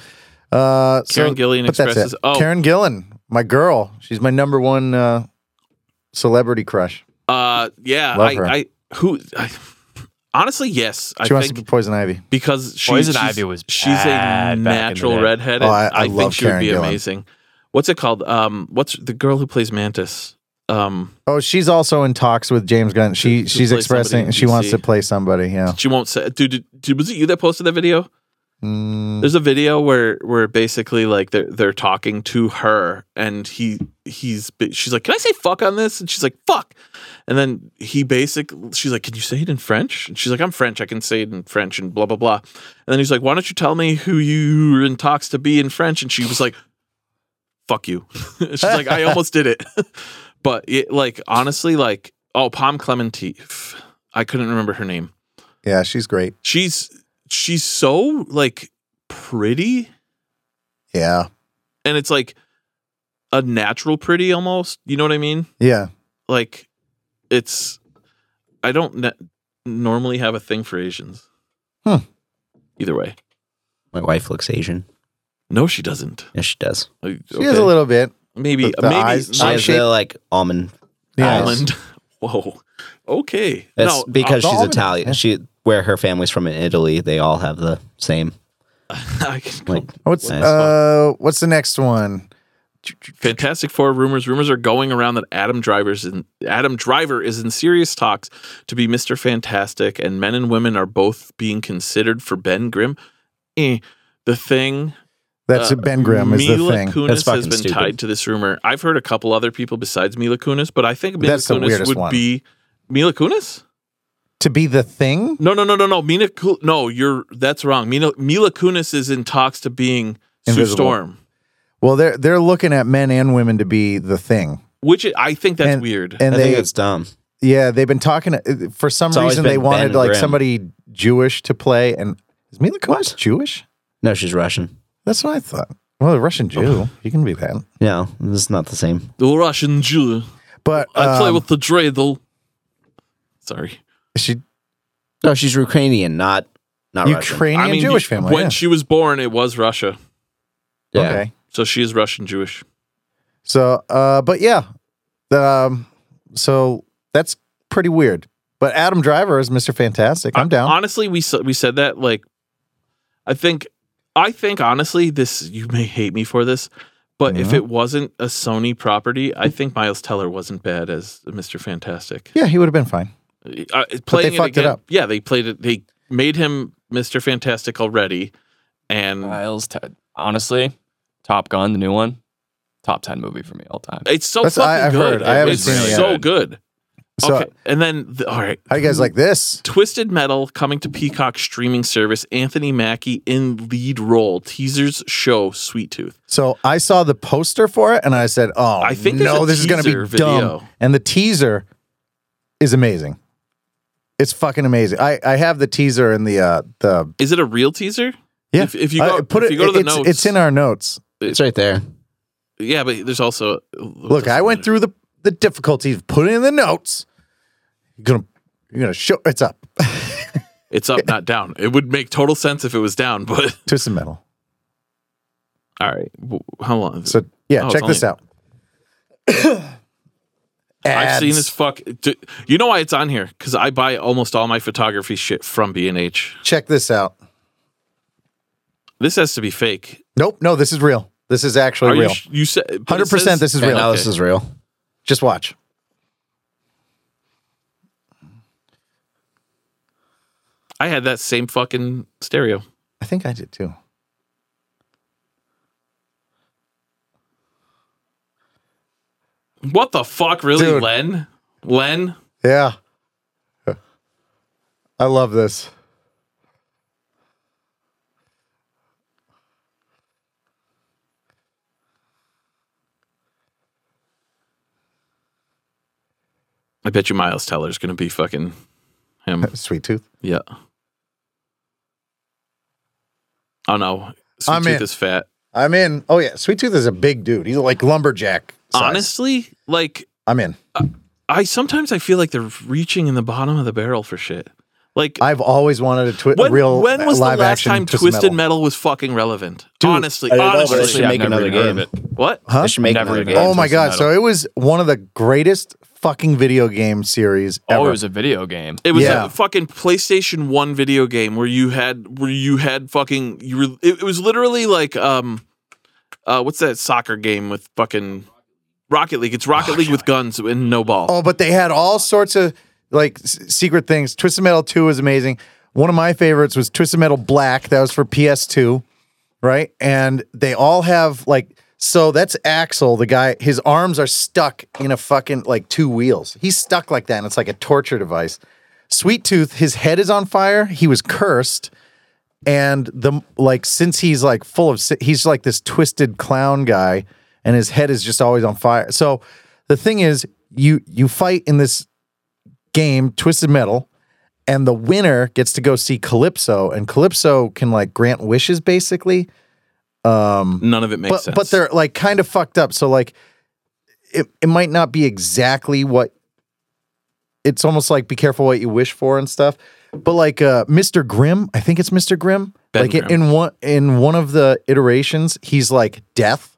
Uh, so- Karen Gillian but that's expresses- it. oh. Karen Gillan, my girl. She's my number one uh, celebrity crush. Uh, yeah, Love I, her. I who I, honestly, yes. I She wants to think be poison ivy. because she, Poison she's, Ivy was she's a bad back in the natural day. redhead. Oh, I- I think love she would Karen be Gillan. amazing. What's it called? Um, what's the girl who plays Mantis? Um, Oh, she's also in talks with James Gunn. To- She to she's play somebody expressing in she wants DC. to play somebody. Yeah. she won't say. Dude, did, did- was it you that posted that video? Mm, There's a video where where basically like they're they're talking to her and he he's she's like, can I say fuck on this? And she's like, fuck. And then he basic she's like, can you say it in French? And she's like, I'm French. I can say it in French and blah blah blah. And then he's like, why don't you tell me who you were in talks to be in French? And she was like, fuck you. she's like, I almost did it. but it, like honestly, like oh, Pom Clementif. I couldn't remember her name yeah, she's great. she's she's so like pretty Yeah. and it's like a natural pretty almost you know what i mean Yeah. like it's i don't na- normally have a thing for asians Hmm. either way My wife looks Asian. no she doesn't Yes, she does. Uh, She is a little bit. maybe the- the maybe eyes- She Eye has shape? the like almond. Yeah. island whoa okay That's no because uh, the she's almond- Italian. yeah. She where her family's from in Italy, they all have the same I can go- like What's Nice. uh what's the next one? Fantastic Four rumors. Rumors are going around that Adam Driver's in, Adam Driver is in serious talks to be Mister Fantastic, and men and women are both being considered for Ben Grimm. Eh. The thing That's uh, Ben Grimm is the Mila thing. Kunis That's has fucking been stupid. tied to this rumor. I've heard a couple other people besides Mila Kunis, but I think Mila That's the Kunis weirdest would one. be Mila Kunis. To be the thing? No, no, no, no, no. Mila, Ku- no, you're that's wrong. Mila, Mila Kunis is in talks to being Sue Invisible. Storm, Well, they're they're looking at men and women to be the thing. which I think that's And- weird. And I they think that's dumb. yeah, they've been talking uh, for some It's always reason they been wanted Ben like Grimm. somebody Jewish to play and is Mila Kunis Jewish? No, she's Russian. That's what I thought. Well, a Russian Oh. Jew, you can be that. No, it's not the same. the Russian Jew. But I play um, with the dreidel. Sorry. she No, she's Ukrainian, not not Russian. Ukrainian I mean, Jewish you- family. When yeah. she was born, it was Russia. Yeah. Okay. So she is Russian Jewish. So, uh, but yeah, the, um, so that's pretty weird. But Adam Driver is Mr. Fantastic. Uh, I'm down. Honestly, we s- we said that like I think I think honestly this you may hate me for this, but if it wasn't a Sony property, I think Miles Teller wasn't bad as Mr. Fantastic. yeah, he would have been fine. Uh, playing fucked it again- up. Yeah, they played it they made him Mr. Fantastic already and Miles, Ted. honestly, Top Gun, the new one, top ten movie for me all time. it's so That's- I- fucking I've good. heard. I haven't it's seen it yet. so good. So, okay. And then the, all right. how you guys like this? Twisted Metal coming to Peacock streaming service. Anthony Mackie in lead role. Teasers show Sweet Tooth. So I saw the poster for it and I said, "Oh, I think there's no, a this is going to teaser be dumb." video. And the teaser is amazing. It's fucking amazing. I, I have the teaser in the uh the Is it a real teaser? yeah. If, if you I go, put if it, you go to the it's, notes, it's in our notes. It's right there. Yeah, but there's also. Look, I went through the the difficulties. Put it in the notes. You're gonna you're gonna show it's up. It's up, not down. It would make total sense if it was down, but Twisted Metal. all right. W- How long? Is it? So yeah, Oh, it's check this out. I've seen Ads. this fuck. d- You know why it's on here? Because I buy almost all my photography shit from B and H. Check this out. This has to be fake. Nope, no, this is real. This is actually Are you real. sh- You, said but it 100% says- this is Okay, real. now this is real. Just watch. I had that same fucking stereo. I think I did too. What the fuck, really, Dude. Len? Len? Yeah. I love this. I bet you Miles Teller's gonna be fucking him. Sweet tooth. Yeah. Oh no, Sweet I'm Tooth in. is fat. I'm in. Oh yeah, Sweet Tooth is a big dude. He's like lumberjack. size. Honestly, like I'm in. I sometimes I feel like they're reaching in the bottom of the barrel for shit. Like I've always wanted a twi- when, real uh, when was the live last action time Twisted Twisted Metal. Metal was fucking relevant? Dude, honestly, I know, but honestly, they should I've make never another even heard game. of it. what? Huh? They should make Never another even- game. Oh my Twisted god! Metal. So it was one of the greatest fucking video game series ever. Oh, it was a video game. It was Yeah. a fucking PlayStation One video game where you had where you had fucking you were it, it was literally like um uh what's that soccer game with fucking Rocket League? It's Rocket League with guns and no ball. Oh, but they had all sorts of like s- secret things. Twisted Metal 2 was amazing. One of my favorites was Twisted Metal Black. That was for PS2, right? And they all have like so that's Axel, the guy, his arms are stuck in a fucking like two wheels. He's stuck like that and it's like a torture device. Sweet Tooth, his head is on fire. He was cursed and the like since he's like full of si- he's like this twisted clown guy and his head is just always on fire so the thing is you you fight in this game twisted metal and the winner gets to go see calypso and calypso can like grant wishes basically Um, None of it makes but sense. but they're like kind of fucked up so like it, it might not be exactly what it's almost like be careful what you wish for and stuff but like uh mr grimm i think it's mr grimm Ben like Grimm. in one in one of the iterations he's like death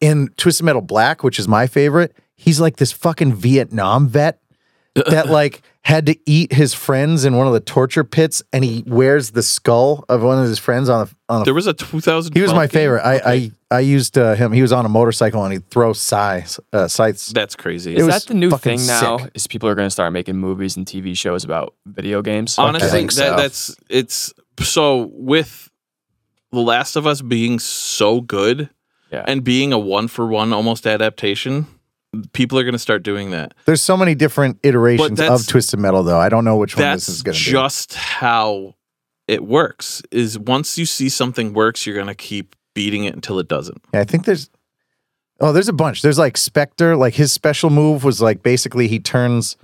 in twisted metal black which is my favorite he's like this fucking vietnam vet that like had to eat his friends in one of the torture pits and he wears the skull of one of his friends on a, on a there was a 2000. he was my favorite. I, I I used uh, him. He was on a motorcycle and he'd throw scythes. Uh, scythes. That's crazy. Is was that the new fucking thing now? sick. Is people are going to start making movies and TV shows about video games? Honestly, think that, so. that's it's so with The Last of Us being so good Yeah. and being a one for one almost adaptation, people are going to start doing that. There's so many different iterations that's- of Twisted Metal, though. I don't know which one this That's is going to be. just how it works. Is once you see something works, you're going to keep beating it until it doesn't. Yeah, I think there's. Oh, there's a bunch. There's like Spectre. Like his special move was like basically he turns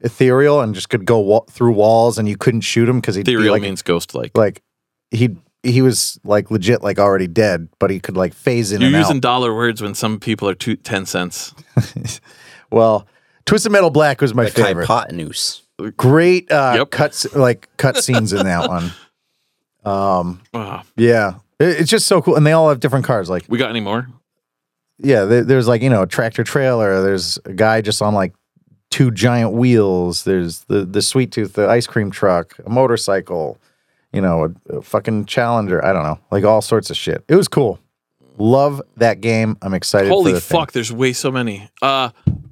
ethereal and just could go wa- through walls and you couldn't shoot him because he'd be Ethereal like means ghost like. like he he was like legit like already dead, but he could like phase in You're and out. using dollar words when some people are two, 10 cents. well, Twisted Metal Black was my Like favorite. hypotenuse. great uh Yep. cuts like cut scenes in that one um Wow. yeah It- it's just so cool and they all have different cars like We got any more? yeah there- there's like you know a tractor trailer there's a guy just on like two giant wheels there's the the sweet tooth the ice cream truck a motorcycle you know a, a fucking challenger i don't know like all sorts of shit it was cool love that game i'm excited for Holy the thing. fuck, there's way so many. Uh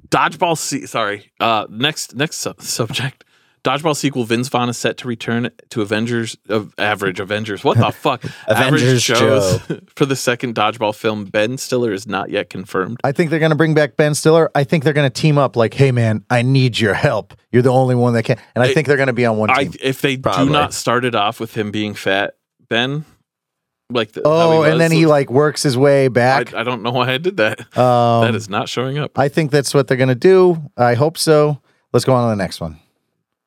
Dodgeball se- sorry. Uh next next su- subject. Dodgeball sequel Vince Vaughn is set to return to Avengers of average Avengers. What the fuck? Avengers for the second Dodgeball film. Ben Stiller is not yet confirmed. I think they're going to bring back Ben Stiller. I think they're going to team up like, hey, man, I need your help. You're the only one that can. And I It- think they're going to be on one I team. if they do Probably. not start it off with him being fat, Ben like the, how oh, was, and then he like works his way I, back. I don't know why I did that. um, that is not showing up. I think that's what they're going to do. I hope so. Let's go on to the next one.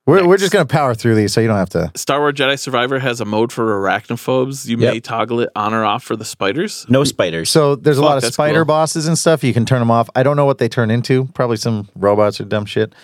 We're, we're just going to power through these so you don't have to. Star Wars Jedi Survivor has a mode for arachnophobes. You Yep. may toggle it on or off for the spiders. No spiders. So there's a Fuck, lot of that's spider cool. bosses and stuff. You can turn them off. I don't know what they turn into. Probably some robots or dumb shit.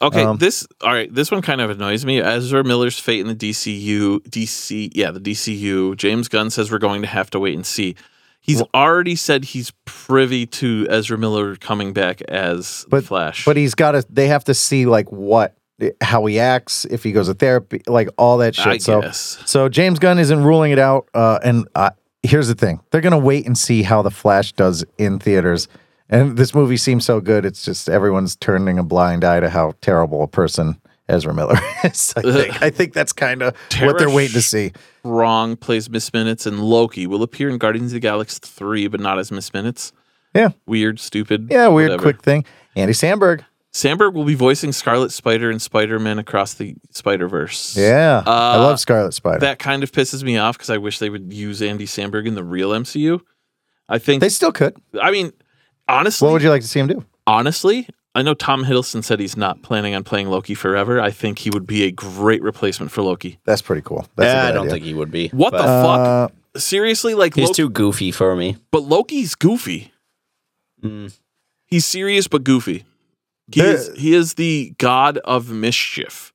Okay, Um, this all right. This one kind of annoys me. Ezra Miller's fate in the DCU, DC, yeah, the DCU. James Gunn says we're going to have to wait and see. He's already said he's privy to Ezra Miller coming back as But- the Flash. But he's got to. They have to see like what, how he acts, if he goes to therapy, like all that shit. I so guess So James Gunn isn't ruling it out. Uh, and uh, here's the thing: they're gonna wait and see how the Flash does in theaters. And this movie seems so good; it's just everyone's turning a blind eye to how terrible a person Ezra Miller is. I think I think that's kind of what they're waiting to see. Wrong plays Miss Minutes, and Loki will appear in Guardians of the Galaxy three, but not as Miss Minutes. Yeah. weird, stupid. Yeah, weird, whatever. quick thing. Andy Sandberg. Sandberg will be voicing Scarlet Spider and Spider Man across the Spider Verse. Yeah, I Uh, love Scarlet Spider. that kind of pisses me off because I wish they would use Andy Samberg in the real MCU. I think. they still could. I mean, honestly, What would you like to see him do? honestly, I know Tom Hiddleston said he's not planning on playing Loki forever. I think he would be a great replacement for Loki. That's pretty cool. That's a Yeah, good I don't idea. think he would be. What the but Uh, fuck? Seriously, like He's Loki, too goofy for me. but Loki's goofy. Mm. He's serious but goofy. He There- is, he is the god of mischief.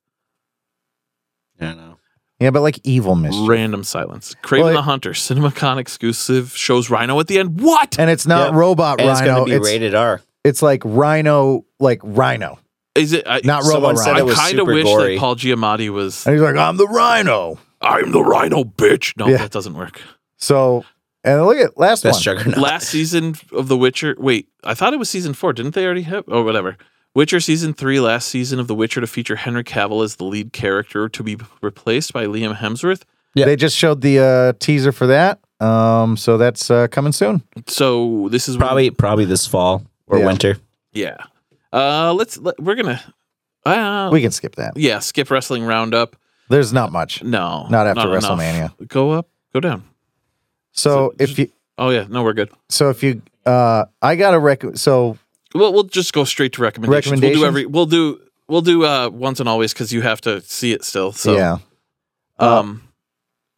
I don't know. Yeah, but like evil mischief. Random silence. Craven Well, it- the Hunter, CinemaCon exclusive, shows Rhino at the end. What? And it's not Yeah. robot And it's rhino. gonna be It's, rated R. it's like rhino, like rhino. Is it? I, Not Someone robot said I rhino. it was kind of super wish gory. that Paul Giamatti was. And he's like, I'm the rhino. I'm the Rhino, bitch. No, Yeah. that doesn't work. So, and look at last That's one. Juggernaut. Last season of The Witcher. Wait, I thought it was season four. Didn't they already have? Oh, whatever. Witcher season three, last season of The Witcher to feature Henry Cavill as the lead character to be replaced by Liam Hemsworth. Yeah. They just showed the uh, teaser for that. Um, so that's uh, coming soon. So this is when- Probably probably this fall or Yeah. winter. yeah. Uh, let's let, we're gonna uh, We can skip that. yeah skip wrestling roundup. There's not much. No, Not after enough. WrestleMania. Go up, go down. So if you, Oh yeah, no, we're good. so if you, uh, I got to rec. So Well, we'll just go straight to recommendations. We'll Recommendations? do every. We'll do. We'll do uh, once and always because you have to see it still. So yeah, Uh, um,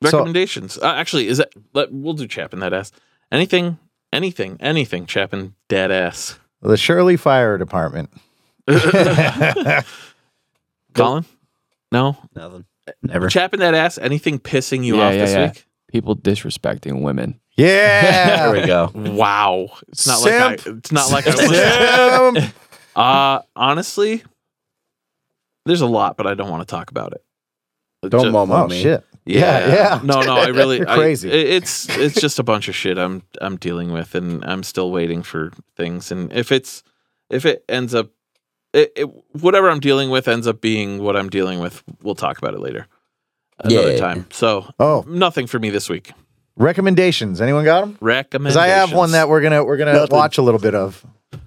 so- recommendations. uh, actually, is that let, we'll do Chapin that ass. Anything, anything, anything. Chapin dead ass. the Shirley Fire Department. Colin, no. Nothing. Never. Chapin that ass. Anything pissing you Yeah, off yeah, this yeah. week? People disrespecting women. There Yeah. we go. Wow, it's not like I, Simp. it's not like I. Was, Um, Uh honestly, there's a lot, but I don't want to talk about it. Don't Ju- momo oh me. shit. Yeah, yeah. No, no, I really You're I- crazy. it- it's it's just a bunch of shit I'm I'm dealing with, and I'm still waiting for things. And if it's if it ends up, it, it whatever I'm dealing with ends up being what I'm dealing with. We'll talk about it later, another Yeah. time. So Oh, nothing for me this week. recommendations. Anyone got them? Recommendations. Because I have one that we're gonna we're gonna Nothing. watch a little bit of.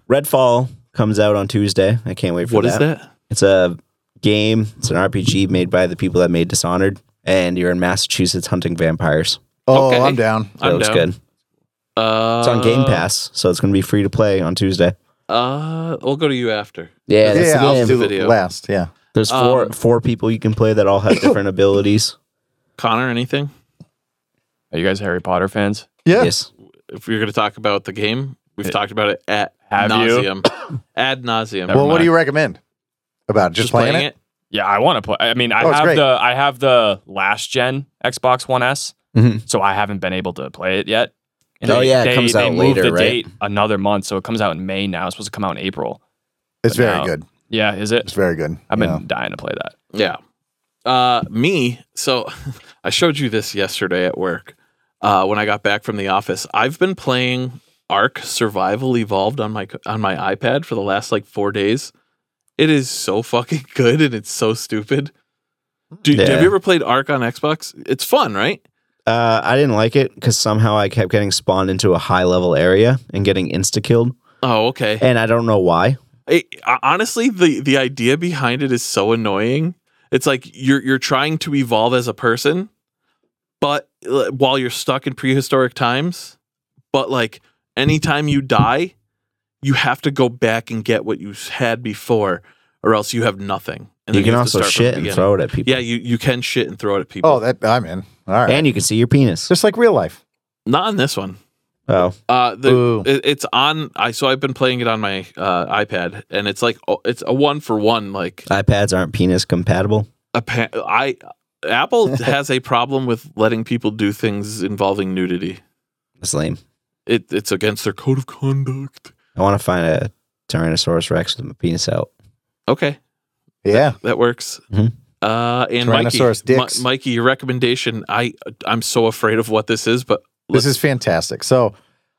Redfall comes out on Tuesday. I can't wait for What that. is that? It's a game. It's an RPG made by the people that made Dishonored, and you're in Massachusetts hunting vampires. Oh, Okay. I'm down. So it looks down. good. Uh, It's on Game Pass, so it's going to be free to play on Tuesday. Uh, we'll go to you after. Yeah, that's yeah, the I'll game. do Video. last. Yeah. There's four Um, four people you can play that all have different abilities. Connor, anything? Are you guys Harry Potter fans? Yeah. Yes. if you're going to talk about the game, we've talked about it at Have you? nauseum. Ad nauseum. Well, what do you recommend about it? just, playing, it? Yeah, I want to play. I mean, I Oh, it's have great. the I have the last gen Xbox One S, Mhm. so I haven't been able to play it yet. Oh, yeah, it comes out moved later, the right? date another month, so it comes out in May now. It's supposed to come out in April. It's very No. good. Yeah, is It's it? very good. I've been Yeah. dying to play that. Yeah. Uh, me. So I showed you this yesterday at work uh, when I got back from the office. I've been playing Ark Survival Evolved on my on my iPad for the last like four days. It is so fucking good and it's so stupid. Dude, Yeah. have you ever played Ark on Xbox? It's fun, right? Uh, I didn't like it because somehow I kept getting spawned into a high level area and getting insta killed, Oh, okay. and I don't know why. it, uh, honestly the the idea behind it is so annoying it's like you're you're trying to evolve as a person but uh, while you're stuck in prehistoric times but like anytime you die you have to go back and get what you s- had before or else you have nothing and you then can have to also start from shit the and beginning. throw it at people. yeah you, you can shit and throw it at people Oh, that I'm in. All right. and you can see your penis. just like real life. not on this one Oh, Uh, Ooh. the, it, it's on. I so I've been playing it on my uh, iPad, and it's like oh, it's a one for one. Like iPads aren't penis compatible. appa- I Apple has a problem with letting people do things involving nudity. That's lame. It, it's against their code of conduct. I want to find a Tyrannosaurus Rex with my penis out. Okay, Yeah. that works. Mhm. Uh, and Mikey, Mm-hmm. Tyrannosaurus Mi- dicks. Mikey, your recommendation. I I'm so afraid of what this is, but This is fantastic. So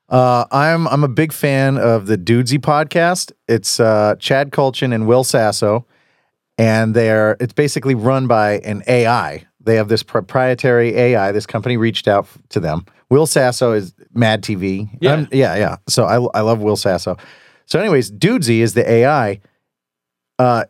uh, I'm I'm a big fan of the Dudesy podcast. It's uh, Chad Colchin and Will Sasso, and they're it's basically run by an AI. They have this proprietary AI. This company reached out f- to them. Will Sasso is Mad TV. Yeah. I'm- yeah, yeah. So I I love Will Sasso. So, anyways, Dudesy is the AI. Uh,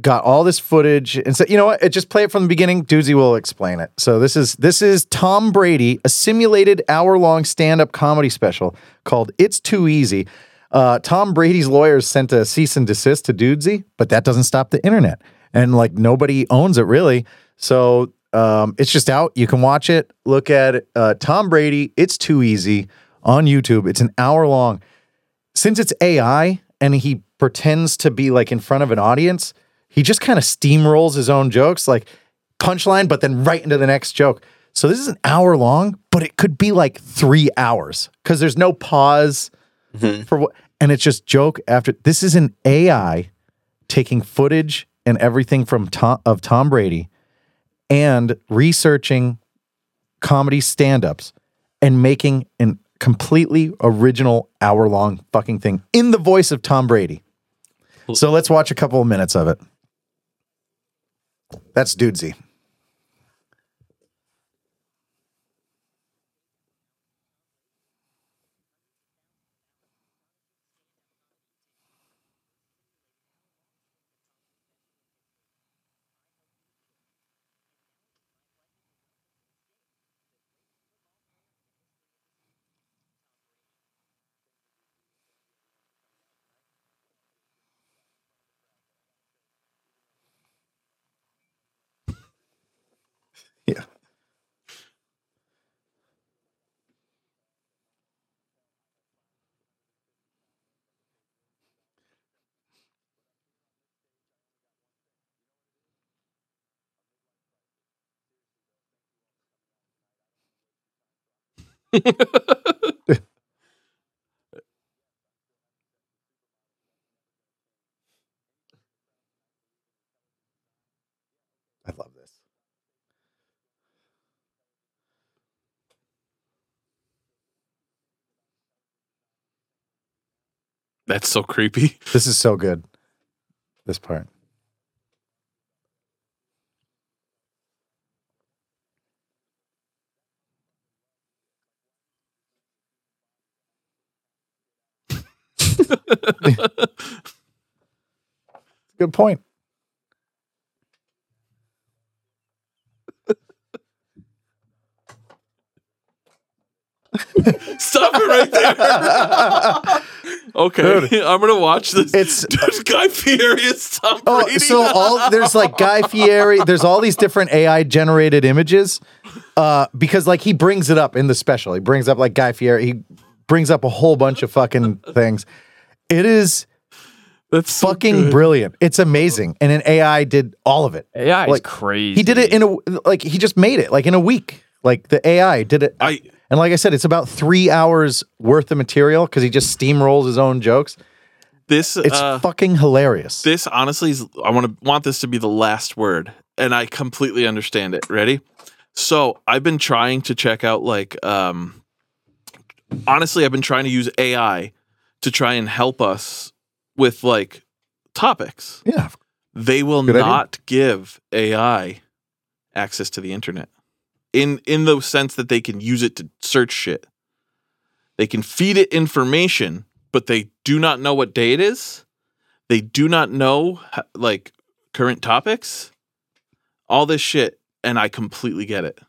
got all this footage and said, you know what? It, just play it from the beginning. Doozy will explain it. So this is this is Tom Brady, a simulated hour-long stand-up comedy special called "It's Too Easy." Uh, Tom Brady's lawyers sent a cease and desist to Dudesy, but that doesn't stop the internet, and like nobody owns it really. So um, it's just out. You can watch it. Look at it. Uh, Tom Brady. It's too easy on YouTube. It's an hour long since it's AI and he pretends to be like in front of an audience, he just kind of steamrolls his own jokes. Like punchline, but then right into the next joke. So this is an hour long, but it could be like three hours because there's no pause for what, and it's just joke after. This is an AI taking footage and everything from Tom of Tom Brady and researching comedy stand-ups and making an completely original hour-long fucking thing in the voice of Tom Brady. So let's watch a couple of minutes of it. That's dudesy. Yeah. I love this. That's so creepy. This is so good. This part. good point. Stop it right there. okay, I'm gonna watch this. It's- Dude, Guy Fieri is Tom Oh, Brady. so all there's like Guy Fieri. There's all these different AI generated images, uh, because like he brings it up in the special. He brings up like Guy Fieri. He brings up a whole bunch of fucking things. It is That's so fucking good. brilliant. It's amazing, and an AI did all of it. AI Like, is crazy. He did it in a like he just made it like in a week. Like the AI did it, I and like I said, it's about three hours worth of material because he just steamrolls his own jokes. this It's uh, fucking hilarious. this honestly is I want to want this to be the last word, and I completely understand it. Ready? So I've been trying to check out like um honestly, I've been trying to use AI to try and help us with like topics. yeah, They will Good idea. not give AI access to the internet. In in the sense that they can use it to search shit. They can feed it information, but they do not know what day it is. They do not know h- like current topics. All this shit and I completely get it.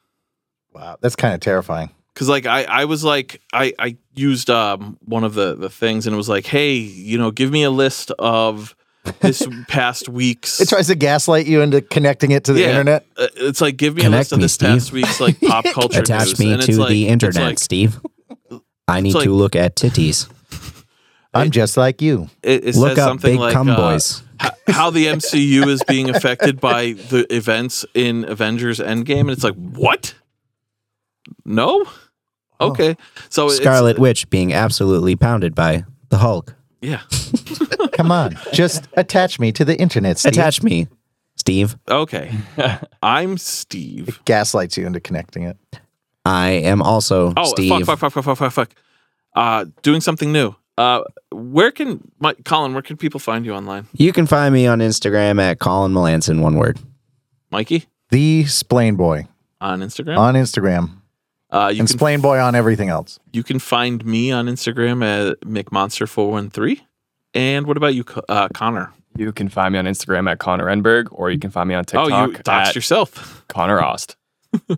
wow, that's kind of terrifying. Cause like I, I was like I, I used um one of the the things and it was like, hey, you know, give me a list of this past week's It tries to gaslight you into connecting it to the Yeah. internet. Uh, it's like give me a Connect list of me, this past Steve. week's like pop culture Attach news, me and to it's like- the it's internet, like- Steve. I need like- to look at titties. I'm just like you. it, it Look says up something big like cum uh, boys. h- how the MCU is being affected by the events in Avengers Endgame, and it's like what? No, okay. So oh, it's, Scarlet Witch being absolutely pounded by the Hulk. yeah, Come on, just attach me to the internet. Steve. Attach me, Steve. okay. I'm Steve. gaslights you into connecting it. I am also Oh Steve. fuck, fuck, fuck, fuck, fuck, fuck, fuck. Uh, doing something new. Uh, where can my Colin? Where can people find you online, You can find me on Instagram at Colin Melanson, one word. Mikey? The Splain Boy On Instagram, on Instagram uh, you can and Splain Boy on everything else. You can find me on Instagram at McMonster413. And what about you, Co- uh, Connor? You can find me on Instagram at Connor Enberg, or you can find me on TikTok oh, you doxed at yourself. Connor Ost.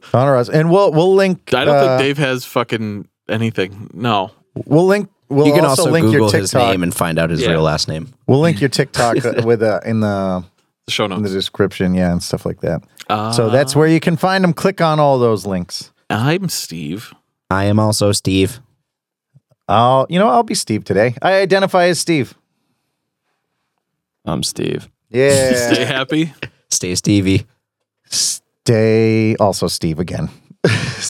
Connor us, and we'll we'll link. I don't uh, think Dave has fucking anything. No. We'll link. We'll you can also, also, link Google your his TikTok. name and find out his Yeah. real last name. We'll link your TikTok with uh, in the The show in the notes. description, yeah, and stuff like that. Uh, So that's where you can find them. Click on all those links. I'm Steve. I am also Steve. I'll you know I'll be Steve today. I identify as Steve. I'm Um, Steve. Stay Yeah. happy. Stay Stevie. Stay, Day also Steve again.